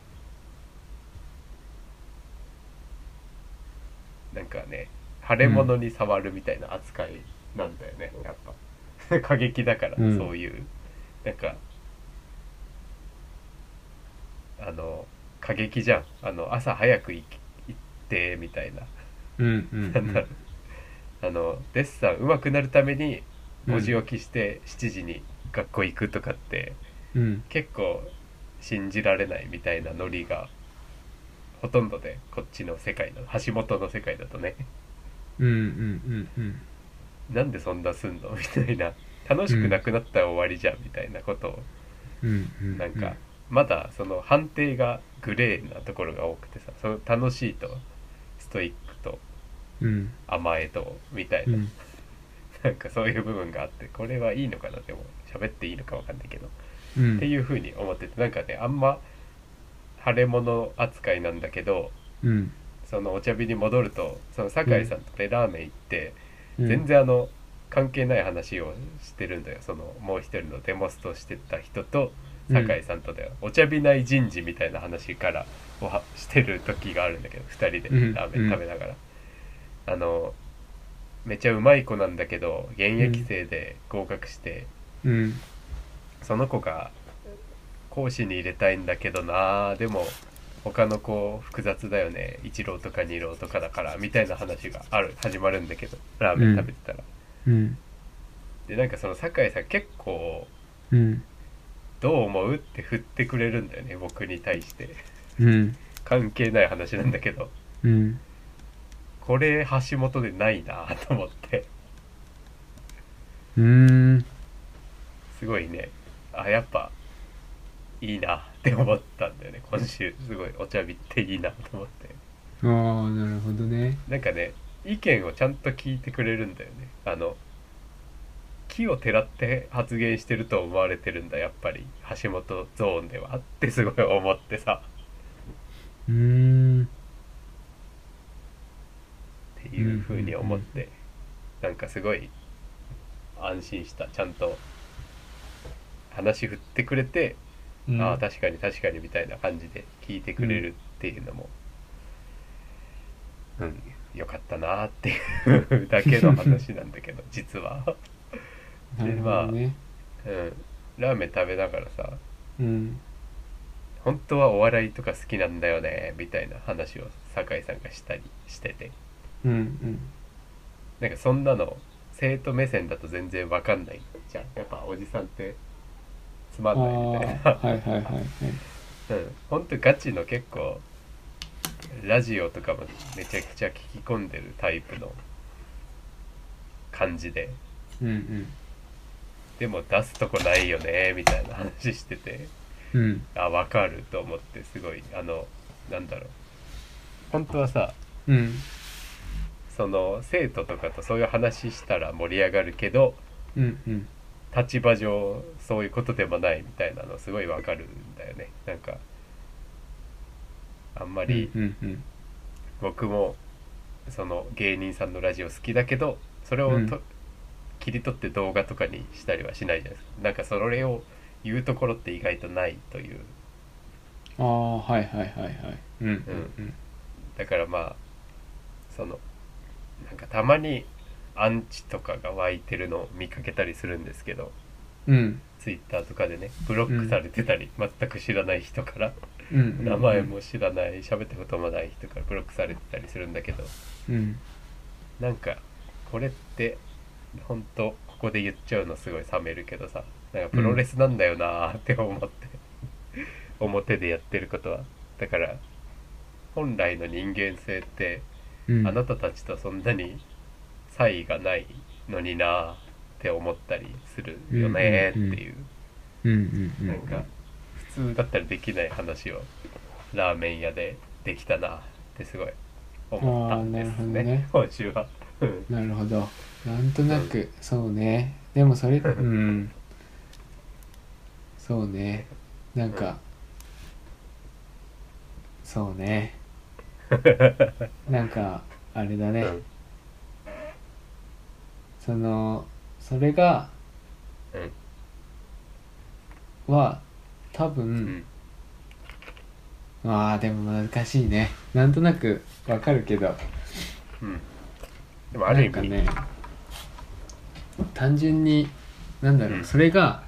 A: なんかね腫れ物に触るみたいな扱いなんだよね、やっぱ [LAUGHS] 過激だから、
B: うん
A: そういうなんかあの過激じゃんあの朝早く行き行ってみたいな
B: うんうん
A: なんだろうあのデッサン上手くなるために5時起きして7時に学校行くとかって
B: うん
A: 結構信じられないみたいなノリがほとんどでこっちの世界の橋本の世界だとね [LAUGHS]
B: うんうんうん
A: なんでそんなすんのみたいな楽しくなくなったら終わりじゃんみたいなことを
B: うんうん
A: なんかまだその判定がグレーなところが多くてさその楽しいとストイックと
B: うん
A: 甘えとみたいうな。
B: ん
A: なんかそういう部分があってこれはいいのかなでも喋っていいのかわかんないけど、
B: うん
A: っていうふうに思っててなんかねあんま腫れ物扱いなんだけど
B: うん
A: そのお茶日に戻るとその酒井さんとね、ラーメン行って
B: うん
A: 全然あの関係ない話をしてるんだよそのもう一人のデモストしてた人と
B: うん
A: 酒井さんとだよ、お茶日内人事みたいな話からをはしてる時があるんだけど2人
B: うん
A: でラーメン食べながら、あのめちゃうまい子なんだけど現役生で合格して、
B: うん
A: その子が講師に入れたいんだけどなあでも他のこう複雑だよね1郎とか2郎とかだからみたいな話がある始まるんだけどラーメン食べてたら、
B: うん
A: でなんかその酒井さん結構
B: うん
A: 「どう思う?」って振ってくれるんだよね僕に対して
B: うん
A: 関係ない話なんだけど
B: うん
A: これ橋本でないなと思って
B: うーん
A: すごいねあやっぱいいなって思ったんだよね今週すごいお茶びっていいなと思って
B: ああなるほどね
A: なんかね意見をちゃんと聞いてくれるんだよねあの木をてらって発言してると思われてるんだやっぱり橋本ゾーンではってすごい思ってさ
B: うーん
A: っていうふうに思ってなんかすごい安心したちゃんと話振ってくれて、
B: うん
A: ああ確かに確かにみたいな感じで聞いてくれるっていうのも、うん、よかったなーっていうだけの話なんだけど実は、
B: なるほどね、
A: うん、ラーメン食べながらさ
B: うん
A: 本当はお笑いとか好きなんだよねみたいな話を酒井さんがしたりしてて
B: うんうん
A: なんかそんなの生徒目線だと全然わかんないじゃんやっぱおじさんってつま
B: あ
A: んないみたい
B: あ
A: な、
B: はいはいはいはい
A: [LAUGHS] うん、ほんとガチの結構ラジオとかもめちゃくちゃ聞き込んでるタイプの感じで
B: うん
A: でも出すとこないよねみたいな話してて
B: うんうん
A: あわかると思ってすごいあのなんだろう本当はさ
B: うん
A: その生徒とかとそういう話したら盛り上がるけど
B: うんうん
A: 立場上そういうことでもないみたいなのすごいわかるんだよねなんかあんまり
B: うんうん
A: 僕もその芸人さんのラジオ好きだけどそれをと、
B: うん
A: 切り取って動画とかにしたりはしないじゃないですかなんかそれを言うところって意外とないという
B: ああはいはいはいはいうんうん
A: だからまあそのなんかたまにアンチとかが湧いてるのを見かけたりするんですけど
B: うんうん
A: ツイッターとかでねブロックされてたり、全く知らない人から
B: うんうん
A: 名前も知らない喋ったこともない人からブロックされてたりするんだけど
B: うん
A: なんかこれって本当ここで言っちゃうのすごい冷めるけどさなんかプロレスなんだよなーって思って表でやってることはだから本来の人間性って
B: うん
A: あなたたちとそんなに差異がないのになーって思ったりするよねーっていう。
B: うんうんうん
A: なんか普通だったらできない話をラーメン屋でできたなってすごい思ったんですね
B: あーなる
A: 今週は。うん
B: なるほどなんとなくそうねでも
A: [LAUGHS]
B: それうんそうねなんかそうねなんかあれだね、
A: うん
B: そのそれが
A: うん
B: は多
A: う
B: 分、
A: ん
B: まあでも難しいねなんとなくわかるけど
A: うんでもある意
B: なんか
A: 味、
B: ね単純になんだろう、
A: うん
B: それが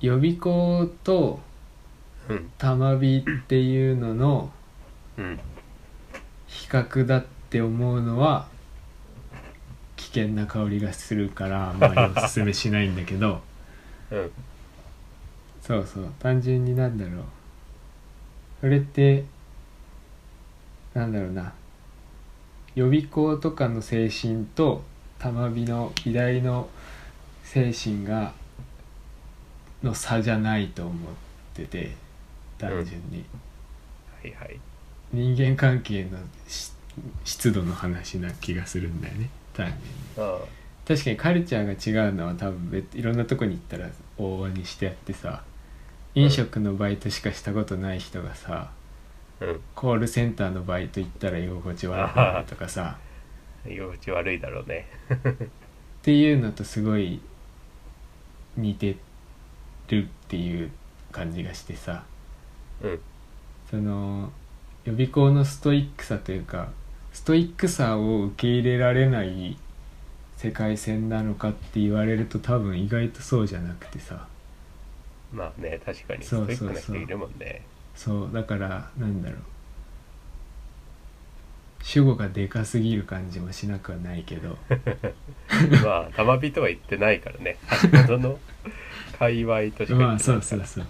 B: 予備校と
A: うん
B: 玉火っていうのの
A: うん
B: 比較だって思う
A: [LAUGHS]
B: のは危険な香りがするからあんまりおすすめしないんだけど
A: うん
B: そうそう単純になんだろうそれってなんだろうな予備校とかの精神と玉美の美大の精神がの差じゃないと思ってて単純に、
A: はいはい
B: 人間関係のし湿度の話な気がするんだよね単純に
A: あ
B: 確かにカルチャーが違うのは多分別いろんなとこに行ったら往々にしてあってさ飲食のバイトしかしたことない人がさ
A: あうん
B: コールセンターのバイト行ったら居心地悪くなるとかさ
A: 居心地悪いだろうね。
B: っていうのとすごい似てるっていう感じがしてさ
A: うん
B: その予備校のストイックさというかストイックさを受け入れられない世界線なのかって言われると多分意外とそうじゃなくてさ
A: まあね確かにス
B: そ
A: ト
B: う
A: イッ
B: そ
A: ク
B: う
A: な
B: そ
A: 人
B: う
A: いるもんね。
B: そうだからなんだろう主語がでかすぎる感じもしなくはないけど
A: まあたまびとは言ってないからね橋本の界隈としか言ってないから
B: [LAUGHS] まあそうそうそう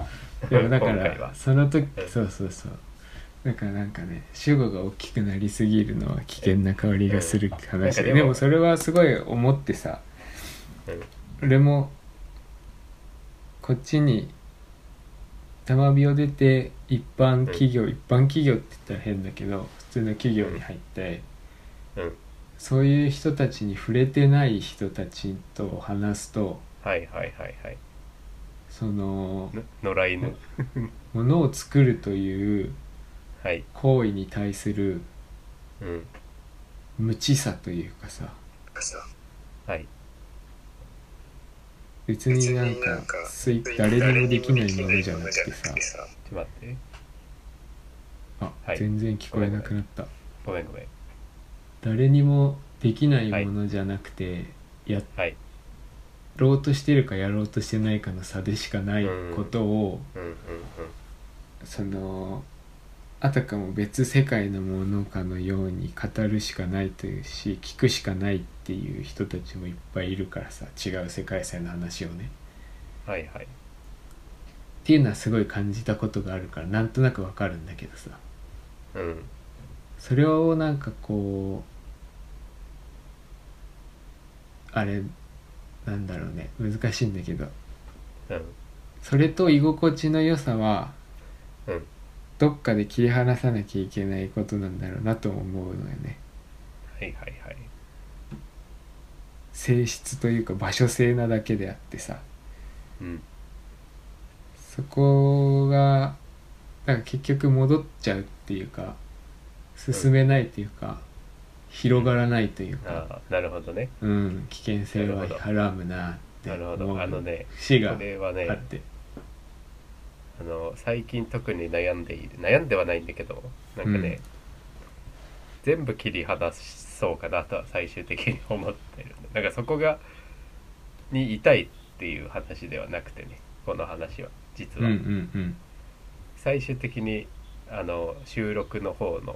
B: でもだか
A: 今回
B: ら
A: は
B: その時
A: うん
B: そうそうそうだからなんかね主語が大きくなりすぎるのは危険な香りがする話
A: うん
B: で
A: なんかでも
B: でもそれはすごい思ってさ
A: うん
B: 俺もこっちに玉美を出て一般企業、一般企業って言ったら変だけど普通の企業に入って、
A: うん
B: そういう人たちに触れてない人たちと話すと
A: はいはいはいはい
B: その
A: の野良犬
B: ものを作るという
A: はい
B: 行為に対する
A: うん
B: 無知さというかさ
A: はい
B: 別になんかつい誰にもできないものじゃなくてさ
A: ちょっと待って
B: あ、
A: はい
B: 全然聞こえなくなった
A: ごめんごめん
B: 誰にもできないものじゃなくて、や
A: はい
B: ろうとしてるかやろうとしてないかの差でしかないことを、
A: うんうんうん
B: そのあたかも別世界のものかのように語るしかないというし聞くしかないっていう人たちもいっぱいいるからさ違う世界線の話をね。
A: はいはい
B: っていうのはすごい感じたことがあるからなんとなくわかるんだけどさ
A: うん
B: それをなんかこうあれなんだろうね難しいんだけど
A: うん
B: それと居心地の良さは
A: うん
B: どっかで切り離さなきゃいけないことなんだろうなとも思うのよね
A: はいはいはい
B: 性質というか場所性なだけであってさ
A: うん
B: そこがなんか結局戻っちゃうっていうか進めないというか広がらないというか、
A: ああなるほどね
B: うん、危険性は
A: なるほど
B: はらむなって
A: なるほ
B: 思
A: どあの
B: う
A: ね
B: 節があ
A: こ
B: っ
A: れはね
B: て
A: あの最近特に悩んでいる悩んではないんだけどなんかね、
B: うん
A: 全部切り離しそうかなとは最終的に思ってるなんかそこがにいたいっていう話ではなくてねこの話は実
B: うんう
A: は、
B: ん
A: 最終的にあの収録の方の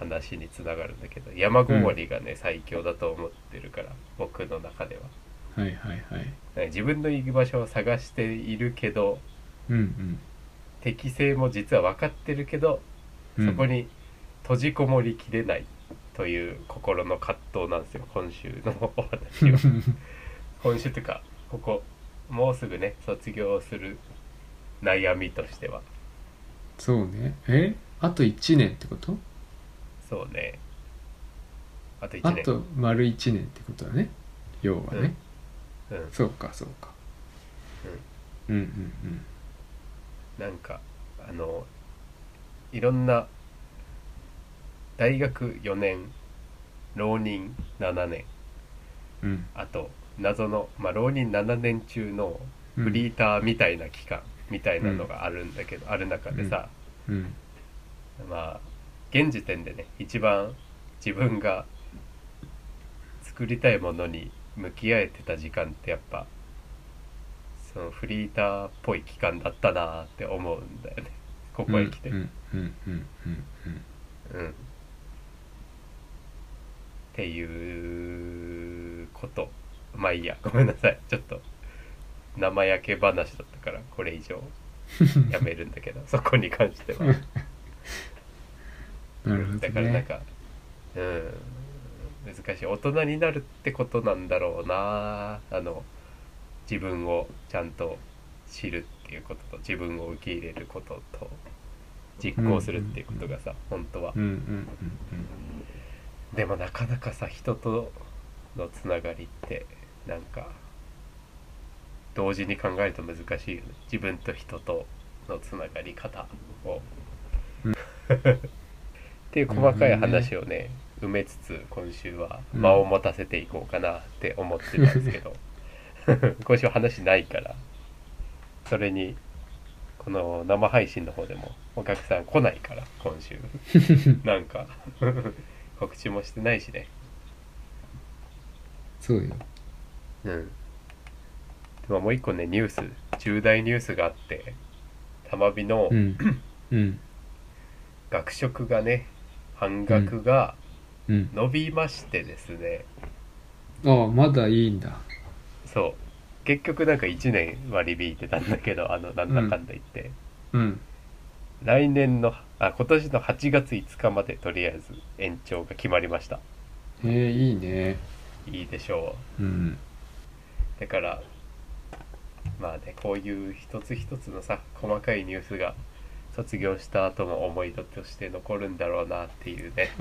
A: 話につながるんだけど山ごもりがね、最強だと思ってるから僕の中では
B: うんはいはいはい
A: なんか自分の行く場所を探しているけど
B: うん
A: 適性も実は分かってるけど
B: うん
A: そこに閉じこもりきれないという心の葛藤なんですよ今週のお
B: うん
A: 話
B: [LAUGHS]
A: は今週というかここもうすぐね卒業する悩みとしては
B: そうねえあと1年ってこと
A: そうねあと1
B: あ
A: 年
B: と丸1年ってことだね要はね、
A: うん、
B: そうかそうか、うん、うんうん
A: なんかあのいろんな大学4年浪人7年
B: うんうん
A: あと謎の、まあ、浪人7年中の
B: うん
A: フリーターみたいな期間みたいなのがあるんだけど、ある中でさ、
B: うん
A: まあ現時点でね一番自分が作りたいものに向き合えてた時間ってやっぱそのフリーターっぽい期間だったなーって思うんだよねここへ来て。
B: うんうんうんうんうん
A: うんっていうことまあいいやごめんなさいちょっと生焼け話だったからこれ以上やめるんだけどそこに関しては
B: なるほど
A: だからなん
B: ね
A: か、うん難しい大人になるってことなんだろうなあの自分をちゃんと知るっていうことと自分を受け入れることと実行するっていうことがさ、本当は
B: うんうんうん
A: でもなかなかさ人とのつながりってなんか同時に考えると難しいよね自分と人とのつながり方を。 [LAUGHS] っていう細かい話をね埋めつつ今週は
B: うん
A: 間を持たせていこうかなって思ってたんですけど [LAUGHS] 今週は話ないからそれにこの生配信の方でもお客さん来ないから今週 [LAUGHS] なんか [LAUGHS] 告知もしてないしね
B: そうよ
A: うんでももう一個ねニュース重大ニュースがあってたまびの
B: うんうん
A: 学食がね半額が
B: うん
A: 伸びましてですね、
B: ああまだいいんだ
A: そう結局なんか1年割り引いてたんだけどあのなんだかんだ言って、
B: うん
A: 来年のあ今年の8月5日までとりあえず延長が決まりました
B: へえいいね
A: いいでしょ
B: うん
A: うだからまあねこういう一つ一つのさ細かいニュースが卒業した後も思い出として残るんだろうなっていうね [LAUGHS]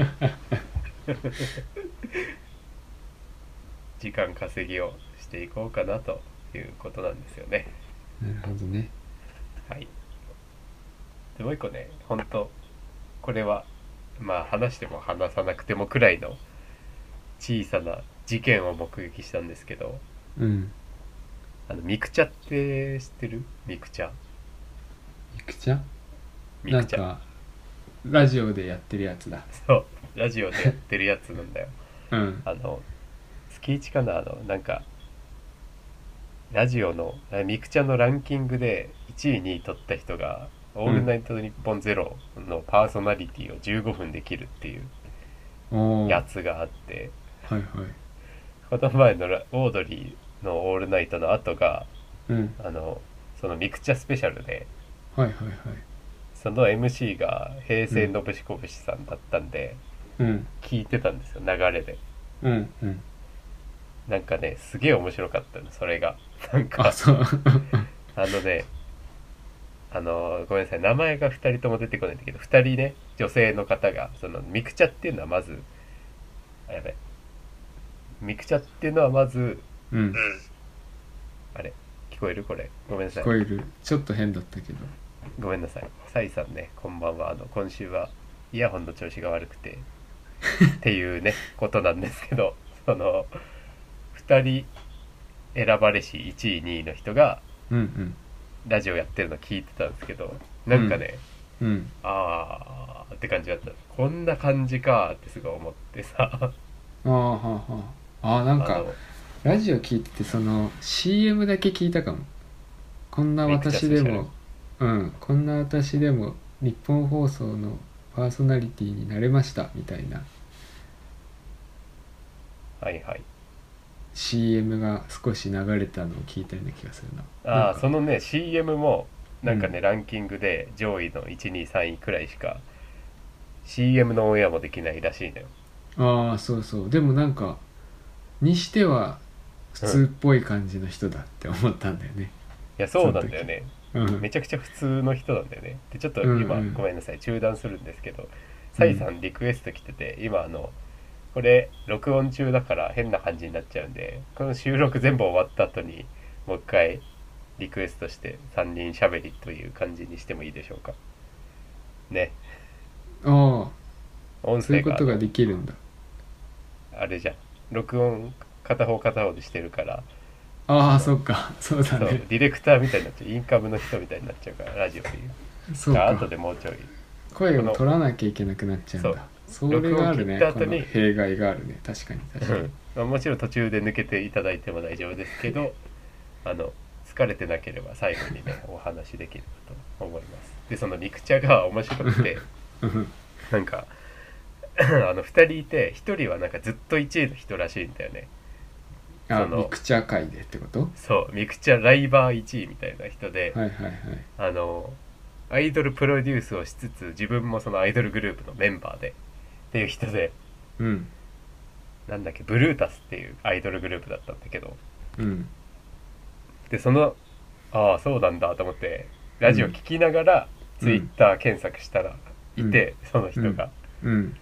A: 時間稼ぎをしていこうかなということなんですよね
B: なるほどね
A: はい。でもう一個ね、本当これは、まあ話しても話さなくてもくらいの小さな事件を目撃したんですけど、
B: うん
A: あの、ミクチャって知ってるミクチャ。
B: いくちゃ
A: ミ
B: な
A: ク
B: ん
A: チャ。
B: かラジオでやってるやつだ
A: そう。ラジオでやってるやつなんだよ。 [LAUGHS]
B: うん
A: あの、月一かなあの、なんか、ラジオの、あミクチャのランキングで1位、2位取った人が、オールナイトニッポンゼロのパーソナリティを15分で切るっていう
B: おお
A: や
B: は
A: つがあって
B: いはい
A: この前のラオードリーの「オールナイト」の後が
B: うん
A: あのそのミクチャスペシャルで
B: はいはいはい
A: その MC が平成のぶしこぶしさんだったんで、
B: うん
A: 聞いてたんですよ流れで
B: うんうん
A: なんかねすげえ面白かったのそれがなんか
B: あそう
A: あのねあのごめんなさい名前が2人とも出てこないんだけど2人ね女性の方がそのミクチャっていうのはまずあやべミクチャっていうのはまず
B: うん
A: あれ聞こえるこれごめんなさい
B: 聞こえるちょっと変だったけど
A: ごめんなさい。サイさんね、こんばんは。あの、今週はイヤホンの調子が悪く
B: [LAUGHS]
A: て、っていうね、ことなんですけど、その、2人選ばれし1位、2位の人が、
B: うん
A: ラジオやってるの聞いてたんですけど、なんかね、
B: うんうん
A: あーって感じだった。こんな感じかーってすごい思ってさ、
B: あーはあはああーなん
A: あ
B: か
A: の
B: ラジオ聞いててその CM だけ聞いたかもこんな私で
A: ミクチャス
B: もうんこんな私でも日本放送のパーソナリティになれましたみたいな
A: はいはい。
B: CM が少し流れたのを聞いたような気がするな
A: あ
B: なん
A: あ
B: か
A: そのね CM もなんかね、
B: う
A: ランキングで上位の123位くらいしか CM のオンエアもできないらしいのよ
B: ああそうそうでもなんかにしては普通っぽい感じの人だって思ったんだよね
A: いやそうなんだよね
B: うん
A: めちゃくちゃ普通の人なんだよねでちょっと
B: うんうん
A: 今、ごめんなさい中断するんですけどサイさんリクエスト来てて今あのこれ録音中だから変な感じになっちゃうんでこの収録全部終わった後にもう一回リクエストして3人しゃべりという感じにしてもいいでしょうかね
B: あ
A: 音
B: あそう
A: 声
B: いうこ
A: が
B: とができるんだ
A: あれじゃん録音片方片方でしてるから
B: あ [LAUGHS] あそっかそう
A: そ
B: だ
A: うデ
B: ね
A: ィレクターみたいになっちゃうインカムの人みたいになっちゃうからラジオでいう
B: そう
A: じゃあ
B: か
A: 後でもうちょい
B: 声を取らなきゃいけなくなっちゃうんだそれがあるね
A: 録音切った
B: こ
A: 後に
B: の弊害があるね確かに確かに、
A: まあもちろん途中で抜けていただいても大丈夫ですけどあの疲れてなければ最後に
B: [LAUGHS]
A: ねお話しできると思いますでそのミクチャが面白くて
B: うん
A: なんか [CLEARS THROAT] あの2人いて1人はなんかずっと1位の人らしいんだよね
B: あ
A: その
B: ミクチャ会でってこと
A: そうミクチャライバー1位みたいな人で、
B: はいはいはい
A: あのアイドルプロデュースをしつつ自分もそのアイドルグループのメンバーでっていう人で
B: うん
A: なんだっけブルータスっていうアイドルグループだったんだけど
B: うん
A: でそのああそうなんだと思ってラジオ聞きながら、
B: うん
A: ツイッター検索したらいて、その人が、
B: うん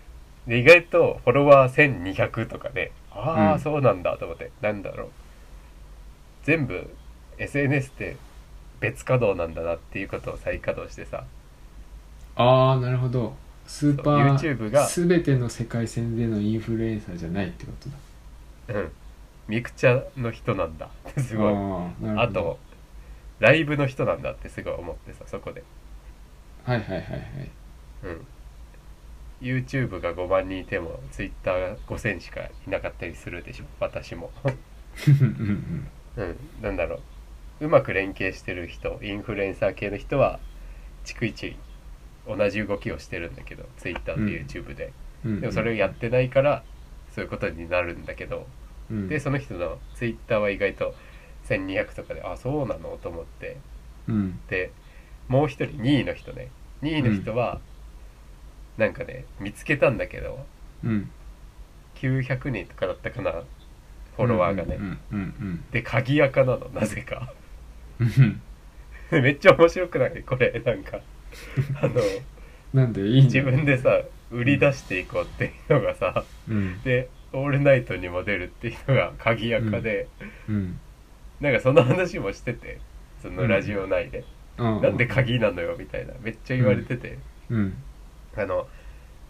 A: で意外とフォロワー1200とかでああ、
B: うん
A: そうなんだと思ってなんだろう全部 SNS って別稼働なんだなっていうことを再稼働してさ
B: ああなるほどスーパ
A: そう YouTube
B: ー
A: が
B: 全ての世界線でのインフルエンサーじゃないってことだ
A: うんミクチャの人なんだってすごい
B: あーな
A: あ
B: るほど
A: とライブの人なんだってすごい思ってさそこで
B: はいはいはいはい
A: うん、YouTube が5万人いても Twitter が5000しかいなかったりするでしょ私も、
B: うんうん
A: うん、なんだろううまく連携してる人インフルエンサー系の人は逐一同じ動きをしてるんだけど Twitter と
B: うん
A: YouTube で、
B: うん
A: でもそれをやってないからそういうことになるんだけど、
B: うん
A: でその人の Twitter は意外と1200とかであそうなのと思って
B: うん
A: でもう一人2位の人ね2位の人は、なんかね見つけたんだけど
B: うん
A: 900人とかだったかなフォロワーがね、
B: うんうん
A: で鍵垢なのなぜか
B: うんうん
A: めっちゃ面白くないこれなんかあの
B: なんでいいんだ
A: 自
B: よ
A: 分でさ売り出していこうっていうのがさ
B: うん
A: で「オールナイト」にも出るっていうのが鍵垢で、
B: うん
A: なんかそんな話もしててそのラジオ内で、なんで鍵なのよみたいなめっちゃ言われてて、
B: うん
A: あの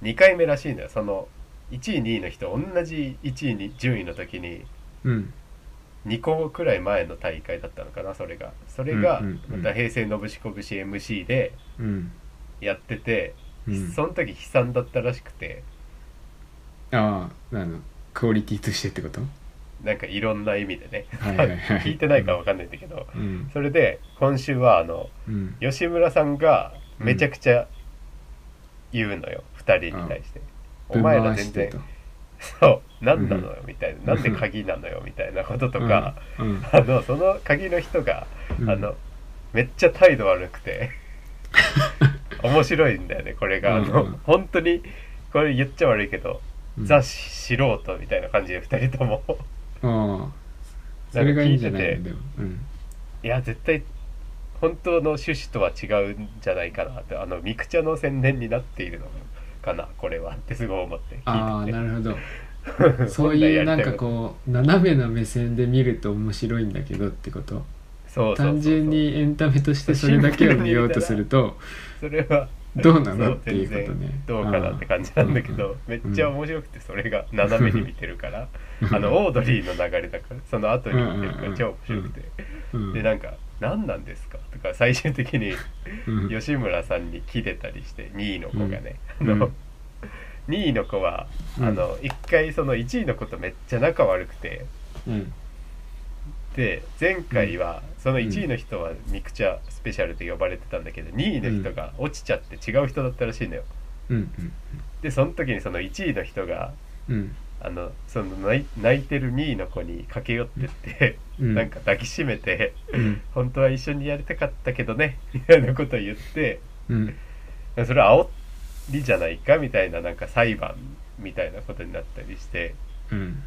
A: 2回目らしいんだよその1位2位の人同じ1位に順位の時に
B: うん
A: 2個くらい前の大会だったのかなそれがそれが
B: うんうんう
A: ま
B: ん
A: た平成のぶしこぶし MC で
B: うん
A: やってて、
B: うん
A: その時悲惨だったらしくて
B: あああのクオリティとしてってこと
A: なんかいろんな意味でね
B: はいはいはい
A: [LAUGHS] 聞いてないかわかんないんだけど
B: うん
A: それで今週はあの
B: うん
A: 吉村さんがめちゃくちゃ言うのよ、2人に対して。お
B: ぶん
A: 前ら
B: 回
A: 全
B: して
A: 然
B: と
A: そう何なのよみたいな、なんで鍵なのよみたいなこととか、
B: うん
A: あのその鍵の人が、
B: うん
A: あのめっちゃ態度悪く
B: [LAUGHS]
A: て面白いんだよねこれが、
B: うん
A: あの本当にこれ言っちゃ悪いけど、
B: うん
A: ザ素人みたいな感じで2人とも [LAUGHS]
B: ああそれがいいんじゃない
A: なんか聞いてて
B: のでもうん
A: いや絶対本当の趣旨とは違うんじゃないかなってあのミクチャの宣伝になっているのかなこれはってすごい思って聞
B: ああ
A: いて
B: なるほ
A: [LAUGHS]
B: ど
A: て
B: そうい
A: 本
B: う
A: 来や
B: なん
A: りたこ
B: か
A: と
B: こう斜めな目線で見ると面白いんだけどってこと
A: そうそうそうそう
B: 単純にエンタメとしてそれだけを見ようとすると
A: それは
B: どうなの
A: そ
B: っていうことね
A: 全然どうかなって感じなんだけど、
B: うんうん
A: めっちゃ面白くてそれが斜めに見てるからあのオードリーの流れだからその後に見てるから超面白くて、
B: うん
A: [LAUGHS] でなんか「何なんですか?」とか最終的に
B: うん
A: 吉村さんに切れたりして2位の子がね、
B: うん
A: あの、
B: うん
A: 2位の子は、
B: うん
A: あの1回その1位の子とめっちゃ仲悪くて
B: うん
A: で前回はその1位の人はミクチャスペシャルで呼ばれてたんだけど2位の人が落ちちゃって違う人だったらしいのよ。
B: うん
A: でその時にその1位の人が
B: うん
A: あのその泣い泣いてる2位の子に駆け寄ってって、
B: うん
A: なんか抱きしめて
B: うん
A: 「本当は一緒にやりたかったけどね」みたいなことを言って
B: うん
A: それ煽りじゃないかみたいななんか裁判みたいなことになったりして
B: うん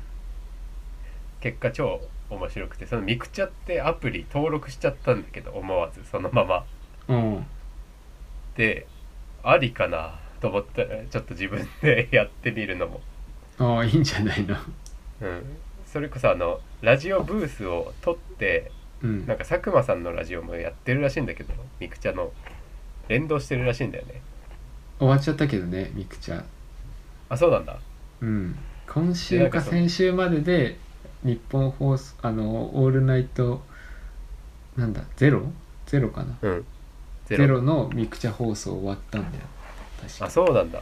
A: 結果超面白くてそのミクチャってアプリ登録しちゃったんだけど思わずそのまま
B: うん
A: でありかなと思ったらちょっと自分でやってみるのも
B: ああいいんじゃないの
A: うん、それこそあのラジオブースを撮って
B: うん
A: なんか佐久間さんのラジオもやってるらしいんだけどミクチャの連動してるらしいんだよね
B: 終わっちゃったけどねミクチャ
A: あそうなんだ
B: うん今
A: で
B: 週
A: なんか
B: か
A: そ
B: 先週までで日本放送あの「オールナイト」なんだゼロゼロかな
A: うんゼ
B: ゼ
A: ロ
B: ロのミクチャ放送終わったんだよ確
A: あ
B: か
A: そうなんだ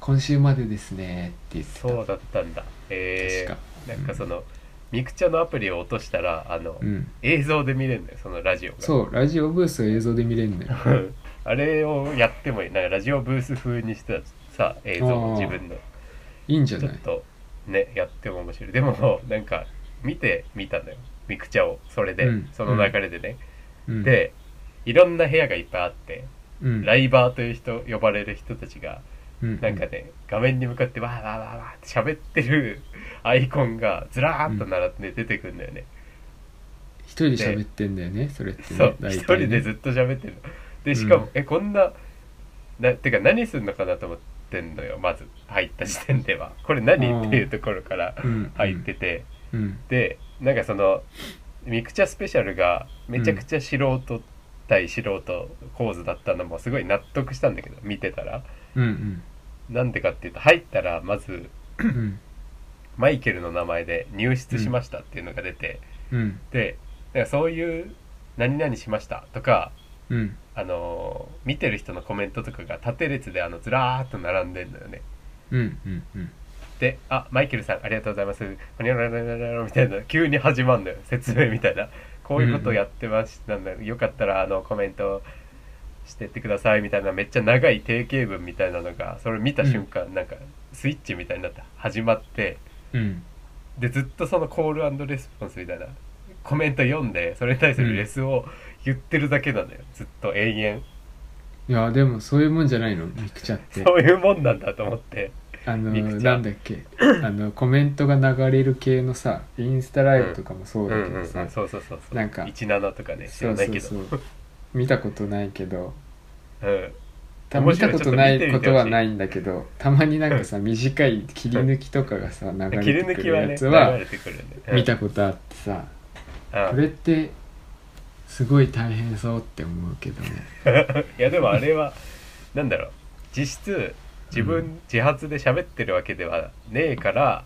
B: 今週までですねって言ってた
A: そうだったんだえ
B: 確
A: ー、なんかそのミクチャのアプリを落としたらあの、
B: うん
A: 映像で見れるんだよそのラジオが
B: そうラジオブースを映像で見れるんだよ
A: [LAUGHS] あれをやってもいいなんかラジオブース風にしてたさ映像を
B: あー
A: 自分の
B: いいんじゃ
A: ちょ
B: な
A: っ
B: い
A: とねやっても面白いでもなんか見てみたんだよミクチャをそれで、
B: うん
A: その流れでね、
B: うん
A: でいろんな部屋がいっぱいあって
B: うん
A: ライバーという人呼ばれる人たちが
B: うん
A: なんかね画面に向かってわーわーわーわーって喋ってるアイコンがずらーっと並んで出てくるんだよね、
B: 一人で喋ってんだよねそれってね
A: そう
B: 大
A: 一
B: 体ね
A: 人でずっと喋ってるのでしかも、
B: うん
A: えこんななてか何すんのかなと思ってんのよまず入った時点ではこれ
B: うん
A: 何っていうところから
B: うん
A: 入ってて、
B: うん
A: でなんかそのミクチャスペシャルがめちゃくちゃ素人対素人構図だったのもすごい納得したんだけど見てたら
B: うん
A: なんでかっていうと入ったらまず
B: うんうん
A: マイケルの名前で入室しましたっていうのが出て、
B: うん
A: でなんかそういう「何々しました」とか
B: うん
A: あのー見てる人のコメントとかが縦列であのずらーっと並んでんのよね。
B: うんうんうん
A: で「あマイケルさんありがとうございます」ほにゃらららららみたいな急に始まんのよ説明みたいなこういうことをやってましたんだよかったらあのコメントしてってくださいみたいなめっちゃ長い定型文みたいなのがそれ見た瞬間、なんかスイッチみたいになって始まって
B: うん
A: でずっとそのコールレスポンスみたいなコメント読んでそれに対するレスを言ってるだけなんだよ、ずっと永遠
B: いやでもそういうもんじゃないのミクチャって
A: そういうもんなんだと思って
B: あの
A: ミクチャ
B: なんだっけあのコメントが流れる系のさインスタライブとかもそうだけど
A: うんうんう
B: さ
A: ん、そうそうそうそう
B: なんか
A: 17とかね知
B: そ
A: ら
B: う
A: な
B: そ
A: いけ
B: う
A: ど
B: そう見たことない
A: [LAUGHS]
B: けど
A: うん
B: た
A: 面
B: 見
A: 白
B: た
A: い
B: ことな
A: ちょっと見て
B: い
A: みてほ
B: こ
A: しい
B: とはないんだけどたまになんかさ短い切り抜きとかがさ流
A: [LAUGHS] 切
B: れ
A: り
B: て
A: 抜
B: く
A: き
B: る
A: は
B: や
A: ね
B: つ
A: 流
B: は
A: れてくるね、
B: 見たことあってさ
A: うん
B: これってすごい大変そうって思うけどね
A: いやでもあれはなんだろう実質自分自発で喋ってるわけではねえから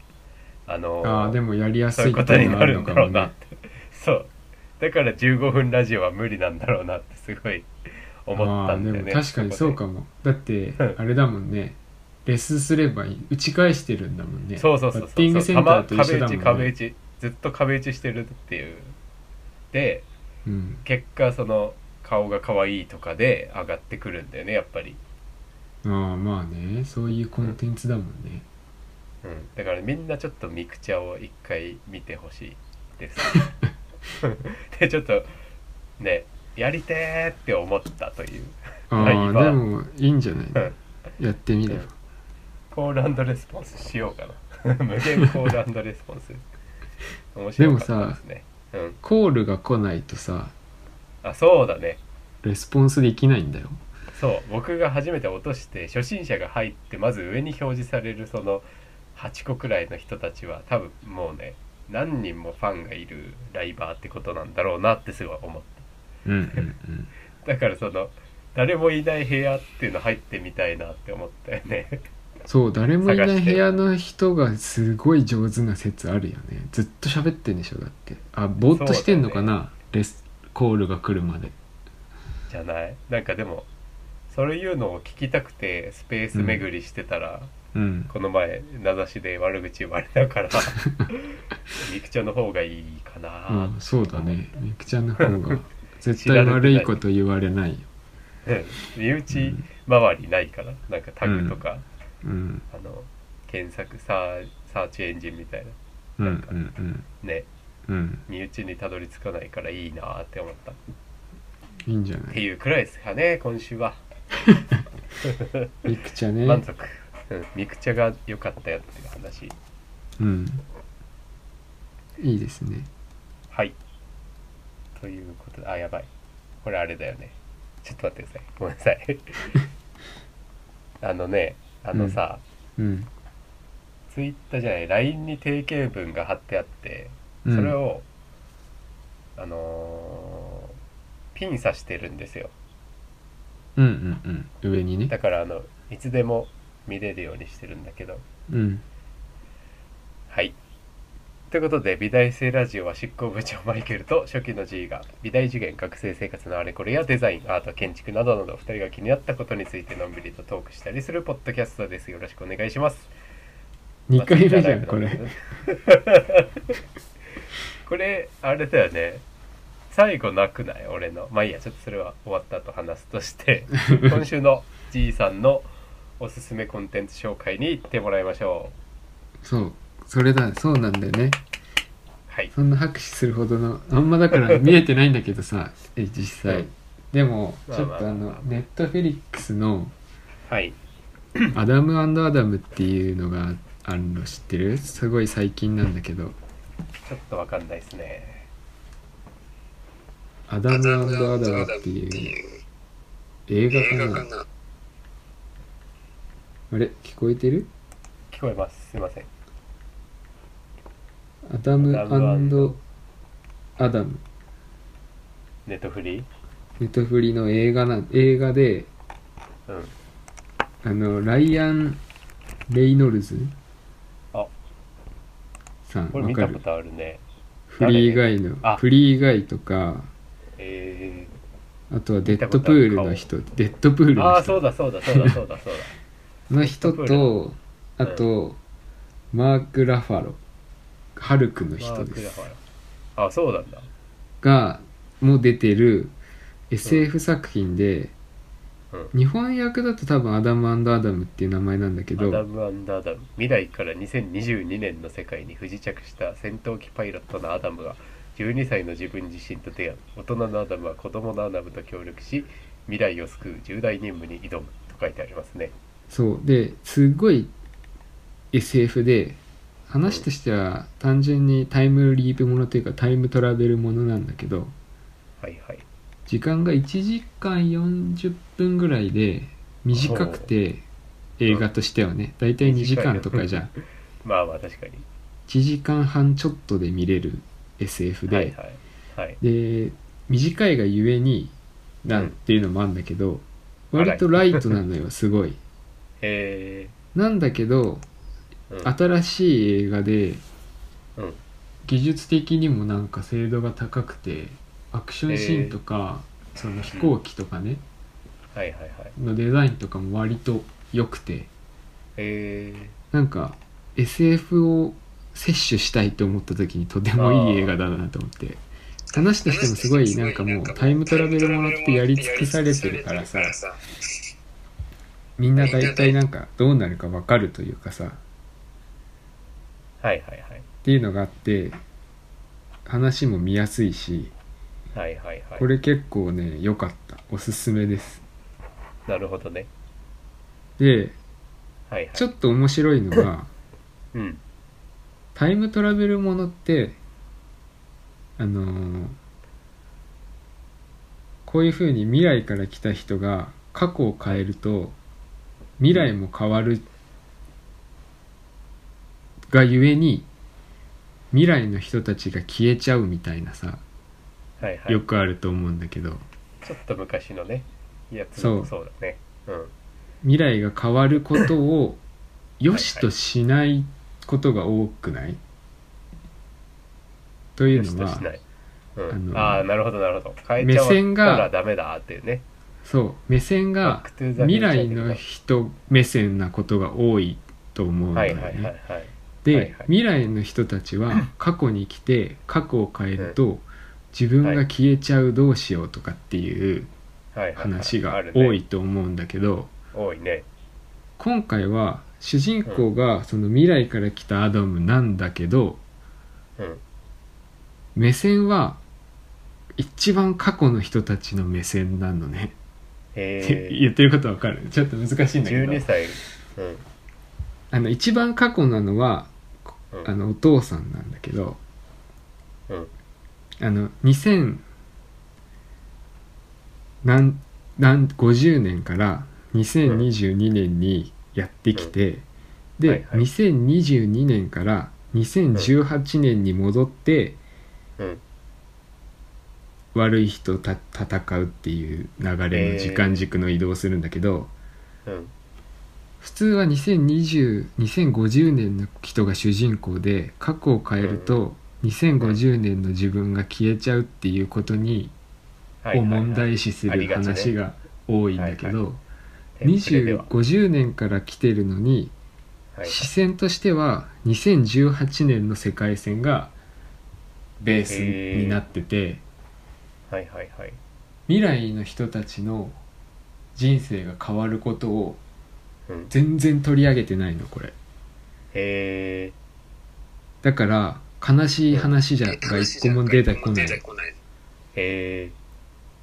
A: あの
B: ああでもやりやす
A: そうい
B: いうこ
A: ことと
B: に
A: に
B: な
A: な
B: る
A: る
B: の
A: ん
B: か
A: だ
B: も
A: ろうな
B: ね
A: ってそうだから15分ラジオは無理なんだろうなってすごい思ったんだよね
B: あーでも確かにそうか
A: も
B: もだって
A: うん
B: あれだもんねレスすればいい打ち返してるんだもんね
A: そうそうそう
B: バッティングセンターと一緒だもんね
A: 壁打ち壁打ちずっと壁打ちしてるっていうで
B: うん、
A: 結果その顔が可愛いとかで上がってくるんだよねやっぱり、
B: ああまあねそういうコンテンツだもんね、
A: うん、だからみんなちょっとミクチャを一回見てほしい [LAUGHS] ですでちょっとねやりてーって思ったというはい
B: ああ
A: 今
B: でもいいんじゃないのやってみれば
A: うんコールレスポンスしようかな [LAUGHS] 無限コールレスポンス面白かったですねうん、
B: コールが来ないとさ
A: あそうだね
B: レスポンスできないんだよ
A: そう僕が初めて落として初心者が入ってまず上に表示されるその8個くらいの人たちは多分もうね何人もファンがいるライバーってことなんだろうなってすごい思っ
B: うんうん
A: ただからその誰もいない部屋っていうの入ってみたいなって思ったよね [LAUGHS]
B: うんそう誰もいな
A: 探
B: い
A: して
B: 部屋の人がすごい上手な説あるよねずっと喋ってんでしょだってあぼーっとしてんの
A: そ
B: か
A: う
B: な、レスコールが来るまで
A: じゃないなんかでもそういうのを聞きたくてスペース巡りしてたら、
B: うん
A: この前名指しで悪口言われたから
B: [LAUGHS]
A: ミクチャの方がいいかなー
B: うん、そうだねみくちゃん
A: [LAUGHS]
B: の方が絶対悪いこと言われないよ、
A: うん身内周りないからなんかタグとか、
B: うん、
A: あの検索サーサーチエンジンみたいな
B: うんうん
A: ね
B: うんうん
A: 身内にたどり着かないからいいなーって思ったっ
B: いいんじゃな
A: て
B: い
A: いうくらいですかね今週は
B: みくちゃ
A: 満
B: ね
A: 足、うん、ミクチャが良かったよっていう話
B: うんいいですね
A: はいということであやばいこれあれだよねちょっと待ってくださいごめんなさい [LAUGHS] あのねあのさ、
B: うん
A: ツイッターじゃない LINE に定型文が貼ってあって
B: うん
A: それを、あのーピン刺してるんですよ
B: うんうんうん上にね
A: だからあのいつでも見れるようにしてるんだけど
B: うん
A: はいということで美大生ラジオは執行部長マイケルと初期の G が美大受験学生生活のあれこれやデザインアート建築などなど2人が気になったことについてのんびりとトークしたりするポッドキャストですよろしくお願いします
B: 2回目じゃん
A: まあ
B: これ
A: [LAUGHS] これあれだよね最後なくない俺のまあいいやちょっとそれは終わった後話すとして
B: [LAUGHS]
A: 今週の G さんのおすすめコンテンツ紹介に行ってもらいましょ
B: そうそれだそうなんだよね
A: うはい
B: そんな拍手するほどのあんまだから見えてないんだけどさえ実
A: う
B: 際
A: ん
B: でも
A: まあ
B: ちょっとあ
A: まあ
B: の
A: まあ
B: ネットフェリックスの
A: はい
B: アダムアダムっていうのがあるの知ってるすごい最近なんだけど
A: ちょっとわかんないですね
B: アダムアダムっていう映画かなあれ聞こえてる
A: 聞こえますすいません
B: アダム
A: アダム
B: アダム
A: ネットフリー
B: ネトフリの映画なん映画で
A: うん
B: あのライアン・レイノルズ
A: あ
B: さん
A: これ
B: わ
A: 見
B: か
A: た
B: る
A: ことあるね
B: フリー以外
A: あ
B: のフリー以外とか
A: え
B: あとはデッドプールの人デッドプール
A: ー、
B: の
A: ああそう
B: 人
A: だそうだそうだそうだそうだ
B: の人
A: デッド
B: とあと、マーク・ラファロハルクの人で
A: マーク
B: す
A: だからあそうなんだ
B: がも出てる SF 作品で、
A: うん
B: 日本役だと多分アダムアダムっていう名前なんだ
A: ア
B: け
A: ダ
B: ど
A: ムアンダーダム未来から2022年の世界に不時着した戦闘機パイロットのアダムは12歳の自分自身と出会う大人のアダムは子供のアダムと協力し未来を救う重大任務に挑むと書いてありますね
B: そうですっごい SF で話としては単純にタイムリープものというかタイムトラベルものなんだけど
A: はいはい
B: 時間が1時間40分ぐらいで短くて映画としてはね大体2時間とかじゃん
A: まあまあ確かに
B: 1時間半ちょっとで見れる SF で、
A: はいはいはい
B: で短いがゆえになんていうのもあるんだけど、割とライトなのよすごい
A: え
B: なんだけど
A: ーうん、
B: 新しい映画で
A: うん
B: 技術的にもなんか精度が高くてアクションシーンとか、その飛行機とかね
A: はいはいはい
B: のデザインとかも割と良くて
A: え
B: なんか SF を摂取したいと思った時にとてもいい映画だなと思って話としてもすごいなんかもうタイムトラベルものってやり尽くされてるからさみんな大体なんかどうなるか分かるというかさっ
A: ー、はいはいはい
B: ていうのがあって話も見やすいし
A: はいはいはい
B: これ結構ね良かったおすすめです
A: なるほどね
B: で
A: はいはい
B: ちょっと面白いのが
A: うん
B: タイムトラベルものってあのーこういうふうに未来から来た人が過去を変えると未来も変わるがゆえに未来の人たちが消えちゃうみたいなさ
A: はいはい
B: よくあると思うんだけど、
A: ちょっと昔のねやつもそうだねうん
B: 未来が変わることを良しとしないことが多くない、という
A: よし
B: の
A: と
B: は
A: しない。うん
B: あの
A: ああーなるほどなるほど変え
B: 目
A: ちゃ
B: 線が
A: ったらダメだっていうね
B: そう目線が
A: Back to the future
B: 未来の人目線なことが多いと思うんだ
A: はい
B: よ
A: はいはいはい
B: ね。
A: はいはい
B: で未来の人たちは
A: [LAUGHS]
B: 過去に来て過去を変えると自分が消えちゃうどうしようとかっていう
A: はいはい
B: 話
A: あ
B: が
A: るね
B: 多いと思うんだけど
A: 多いね
B: 今回は主人公がその未来から来たアダムなんだけど
A: うん
B: 目線は一番過去の人たちの目線なのね。って
A: え
B: 言ってることわかるちょっと難しいんだけど
A: 12。歳うん
B: あの一番過去なのはこ
A: うん
B: あのお父さんなんだけど
A: うん
B: あの2000何何50年から2022年にやってきて、で、
A: はいはい
B: 2022年から2018年に戻って
A: うん
B: 悪い人と戦うっていう流れの時間軸の移動をするんだけど。
A: うん
B: 普通は20202050年の人が主人公で過去を変えると2050年の自分が消えちゃうっていうことに
A: はい
B: を
A: はいはい
B: 問題視す
A: あり
B: る
A: がちね
B: 話が多いんだけ
A: は
B: ど
A: テンプレでは
B: 2050年から来てるのに
A: はい
B: 視線としては2018年の世界線がベースになってて
A: はいはいはい
B: 未来の人たちの人生が変わることを
A: うん
B: 全然取り上げてないのこれ。
A: え
B: だから悲しい話じゃが一個も出てこない
A: ーえ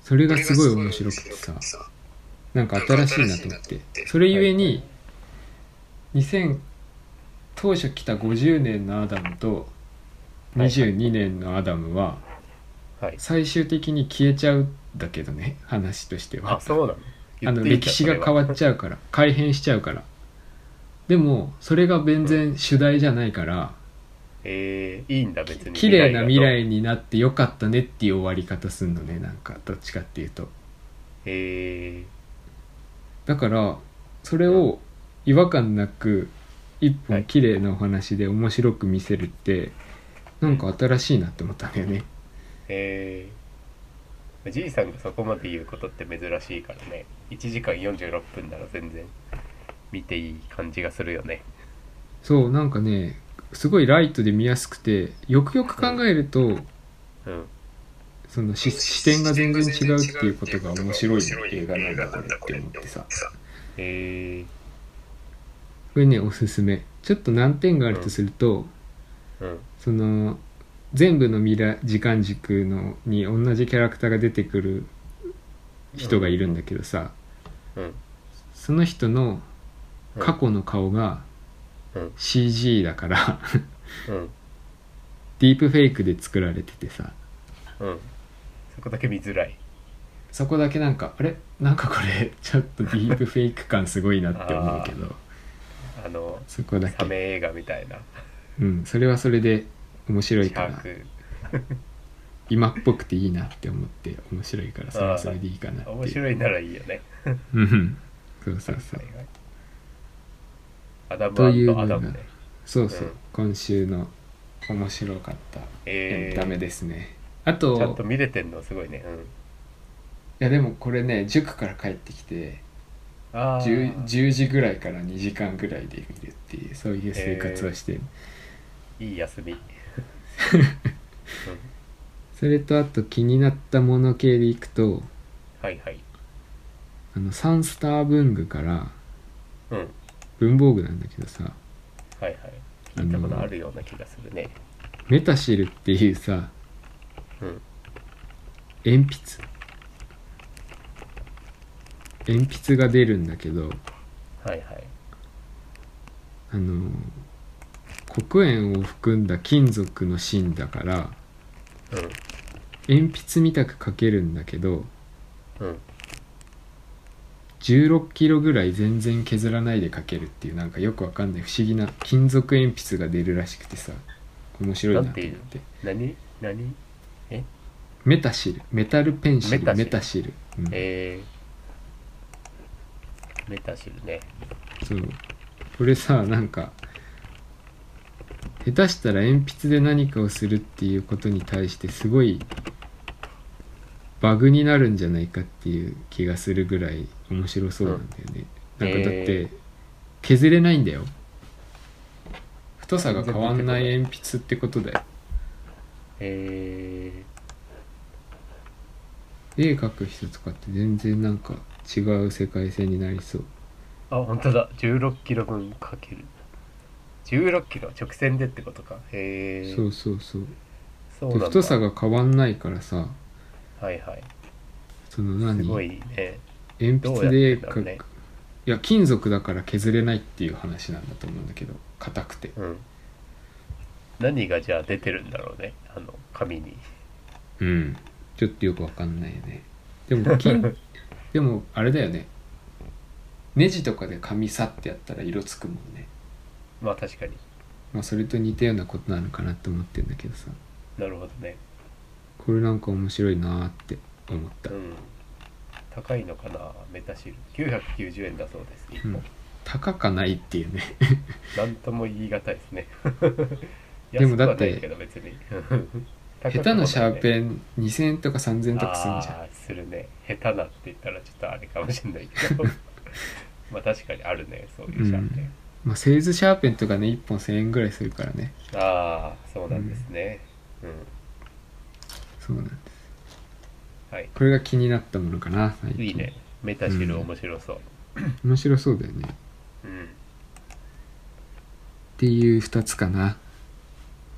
B: それ
C: そ
B: が
C: れが
B: す
C: す
B: ご
C: ご
B: い
C: い
B: 面
C: 面
B: 白
C: 白
B: く
C: く
B: て
C: て
B: さ
C: さ
B: なんか新しいなと思ってそれゆえに2000当初来た50年のアダムと22年のアダムは
A: ーはい
B: 最終的に消えちゃうんだけどね話として
A: あ
B: は
A: そうなの
B: あの歴史が変わっち
A: ゃ
B: ゃうから改変しちゃうからでもそれが全然主題じゃないから
A: えーいいんだ別に
B: 綺麗な未
A: がどう
B: 来になってよかったねっていう終わり方すんのねなんかどっちかっていうと
A: え
B: だからそれを違和感なく一
A: は
B: 本
A: い
B: 綺麗なお話で面白く見せるってなんか新しいなって思ったんだよね
A: ーえーじいさんがそこまで言うことって珍しいからね1時間46分なら全然見ていい感じがするよね
B: そうなんかねすごいライトで見やすくてよくよく考えると
A: うん
B: その視視点が全然違うっていうことが面白い映画なんだこれって思ってさ
A: え
B: これねおすすめちょっと難点があるとすると、
A: ー、うん
B: その全部の未来時間軸のに同じキャラクターが出てくる人がいるんだけどさ
A: うん
B: その人の過去の顔が
A: うん
B: CG だから [LAUGHS]
A: うん
B: ディープフェイクで作られててさ
A: うんそこだけ見づらい
B: そこだけなんかあれなんかこれちょっとディープフェイク感すごいなって思うけど
A: あの
B: そこだ
A: サメ
B: け
A: 映画みたいな
B: うんそれはそれで面白い
A: シ
B: か
A: ャー
B: ら
A: ク
B: 今っぽくていいなって思って面白いからそれはそれでいいかなっていう
A: 面白いならいいよね
B: うんうんそうそうそう
A: はいはいアダム
B: というのが
A: アダムね
B: そうそ
A: う
B: う、
A: ん
B: 今週の面白かったエ
A: え
B: ン
A: ー
B: タメですね、
A: ちゃ
B: あ
A: ん
B: と
A: と見れてんのすごいねうん
B: いやでもこれね塾から帰ってきて
A: ああ
B: 10, 10時ぐらいから2時間ぐらいで見るっていうそういう生活をしてる、
A: いい休みうん
B: それとあと気になったもの系でいくと
A: はいはい
B: あのサンスター文具から
A: うんはい
B: 文房具なんだけどさ
A: はい聞いたことあるような気がするね
B: メタシルっていうさ
A: うん
B: 鉛筆鉛筆が出るんだけど
A: はいはい
B: あの黒鉛を含んだ金属の芯だから鉛筆みたく書けるんだけど
A: うんうん
B: 1 6キロぐらい全然削らないで書けるっていうなんかよくわかんない不思議な金属鉛筆が出るらしくてさ面白いなと思って
A: なんて何何
B: メタシルメタルペンシル
A: メ
B: メ
A: タ
B: タ
A: シル
B: シル、うん
A: えー、メタシルね
B: そうこれさなんか下手したら鉛筆で何かをするっていうことに対してすごいバグになるんじゃないかっていう気がするぐらい面白そうなんだよね、
A: うん
B: なんかだっ
A: え
B: て
A: ー
B: 削れないんだよ太さが変わんない鉛筆ってことだよ
A: え
B: 絵描く人とかって全然なんか違う世界線になりそう
A: ー、あ本当だ1 6キロ分かける1 6キロ直線でってことかへえー、
B: そうそうそう
A: そう
B: で
A: なんだ
B: 太さが変わんないからさ
A: はいはい
B: その
A: す
B: 何
A: ごいね
B: 鉛筆で
A: どうやってんだろ
B: か
A: うね
B: いや金属だから削れないっていう話なんだと思うんだけど硬くて
A: うん何がじゃあ出てるんだろうねあの紙に
B: うんちょっとよくわかんないよねで
A: [LAUGHS]
B: も金でもあれだよねネジとかで紙さってやったら色つくもんね
A: まあ確かに
B: まあそれと似たようなことなのかなって思ってんだけどさ
A: なるほどね
B: これなんか面白いなーって思った、
A: うん高いのかなメタシール990円だそうです一本、
B: うん、高かないっていうね
A: なんとも言い難いですね
B: [LAUGHS] でもだって
A: 安くはないけど別に [LAUGHS] 高く
B: 下手なシャー
A: ン
B: ペン2000円とか3000円とかすんじゃん
A: あーするね下手なって言ったらちょっとあれかもしれないけ
B: [LAUGHS]
A: どまあ確かにあるねそういうシャーペン、
B: うんまあ製図シャーペンとかね1本1000円ぐらいするからね
A: ああそうなんですねうん、
B: そうなんです
A: はい
B: これが気になったものかな最近
A: いいねメタシル面白そう
B: 面白そうだよねっ
A: うん、
B: ていう2つかな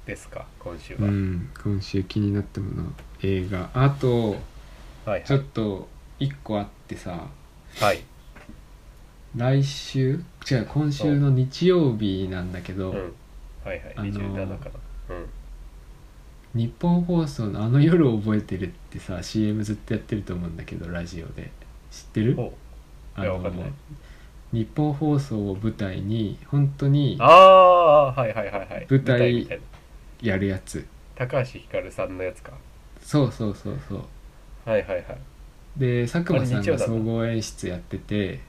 A: ですか今週
B: う
A: は、
B: ん今週気になったもの映画あと
A: はい
B: ち
A: は
B: ょ
A: い
B: っと1個あってさ
A: はい、
B: 来週違う今週の日曜日なんだけ
A: う
B: ど、
A: ん、はいはい
B: あのー
A: 27から、うん
B: 日本放送の「あの夜を覚えてる」ってさ CM ずっとやってると思うんだけどラジオで知ってる
A: ほう
B: あ
A: いやわかんない
B: 日本放送を舞台に本当に
A: ああーはいはいはいはい
B: 舞台
A: みたいな
B: やるやつ
A: 高橋ひかるさんのやつか
B: そうそうそうそう
A: はいはいはい
B: で佐久間さん
A: これ日曜
B: が
A: だな
B: 総合演出やってて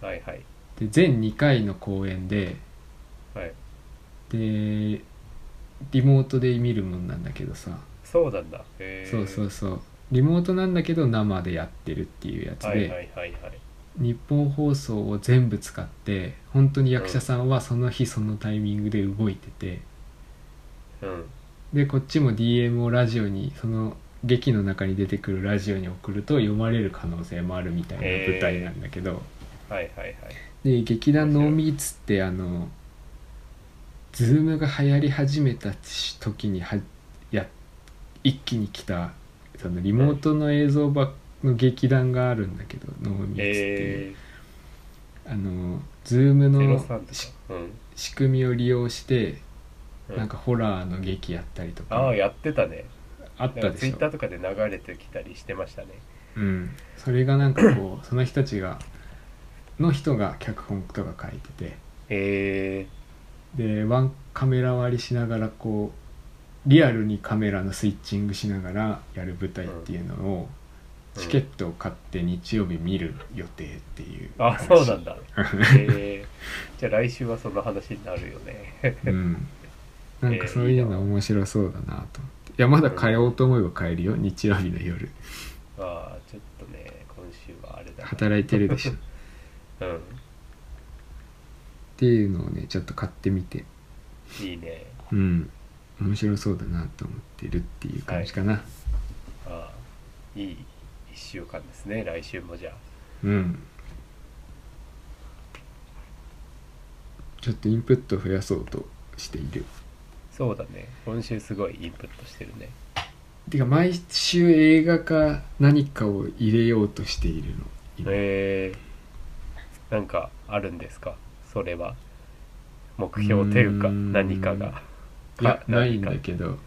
A: はいはい
B: で全2回の公演で
A: はい
B: でリモートで見るもんなんだけどさ、
A: そうなんだへー
B: そうそうそうリモートなんだけど生でやってるっていうやつで、
A: はいはいはいはい
B: 日本放送を全部使って本当に役者さんはその日そのタイミングで動いてて、
A: うん
B: でこっちも DM をラジオにその劇の中に出てくるラジオに送ると読まれる可能性もあるみたいな
A: へー
B: 舞台なんだけど、
A: はいはいはい
B: で劇団ノーミーツってあのズームが流行り始めた時にはや一気に来たそのリモートの映像ばの劇団があるんだけど、ノーミーツっていう、
A: え
B: あのズーム
A: ー、
B: の
A: ゼロ三とかうん
B: 仕組みを利用して、
A: うん
B: なんかホラーの劇やったりと
A: あ
B: か
A: あやってたねな
B: あっ
A: んか
B: たで
A: ツイ
B: し
A: ッター
B: ょ、
A: とかで流れてきたりしてましたね
B: うん、それがなんかこうその人たちがの人が脚本とか書いて
A: へえ
B: てでワンカメラ割りしながらこうリアルにカメラのスイッチングしながらやる舞台っていうのを、
A: うん
B: チケットを買って日曜日見る予定っていう
A: あそうなんだ
B: 話
A: へえじゃあ来週はその話になるよね
B: [LAUGHS]
A: [LAUGHS]
B: うん、なんかそういうの面白そうだなと思って、いやまだ通おうと思えば買えるよ日曜日の夜
A: まあちょっとね今週はあれだな
B: 働いてるでしょっ
A: うん
B: ていうのをねちょっと買ってみて
A: いいね
B: うん面白そうだなと思ってるっていう感じかな、
A: ああいい1週間ですね来週もじゃあ
B: うんちょっとインプットを増やそうとしている
A: そうだね今週すごいインプットしてるね
B: てか毎週映画か何かを入れようとしているの今
A: へえなんかあるんですかそれは目標というか
B: うーん
A: 何かが
B: いや
A: か
B: ないんだ
A: 何か
B: けど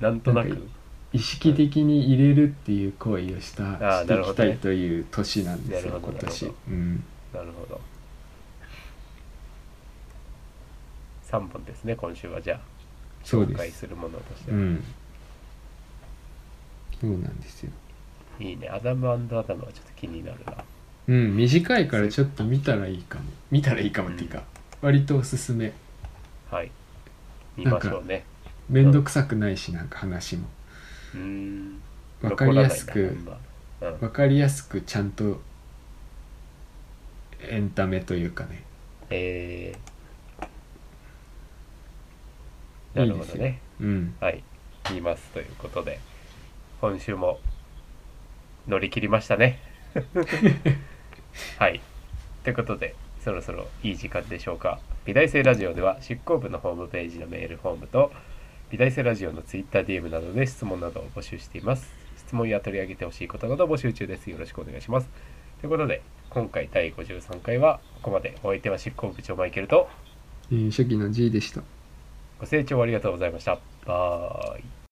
A: なんとなく
B: なんか意識的に入れるっていう行為をした、
A: あーな
B: して
A: る
B: い
A: ほ
B: き
A: ど
B: た
A: ね
B: いという年なんです
A: な
B: よ
A: るほ
B: 今
A: どな
B: 年
A: るほ
B: うん
A: なるほど3本ですね今週はじゃあ
B: そう
A: 紹
B: で
A: 介
B: す
A: するものとして
B: う
A: は、
B: んそうなんですよ
A: いいねアダムアダムはちょっと気になるな
B: うん短いからちょっと見たらいいかも見たらいいかもっていうか、割とおすすめ
A: はい見ましょうね
B: 面倒くさくないしなんか話も
A: うーん
B: わかりやす
A: 残ら
B: く
A: ないなあんまうん
B: わかりやすくちゃんとエンタメというかね
A: えー、ない
B: い
A: る
B: で
A: ほ
B: す
A: ど
B: よ
A: ね
B: うん
A: はい見ますということで今週も乗り切りましたねはいということでそろそろいい時間でしょうか美大生ラジオでは執行部のホームページのメールフォームと美大生ラジオの TwitterDM などで質問などを募集しています質問や取り上げてほしいことなど募集中ですよろしくお願いしますということで今回第53回はここまでお相手は執行部長マイケルと
B: えー初期の G でした
A: ご清聴ありがとうございましたバイ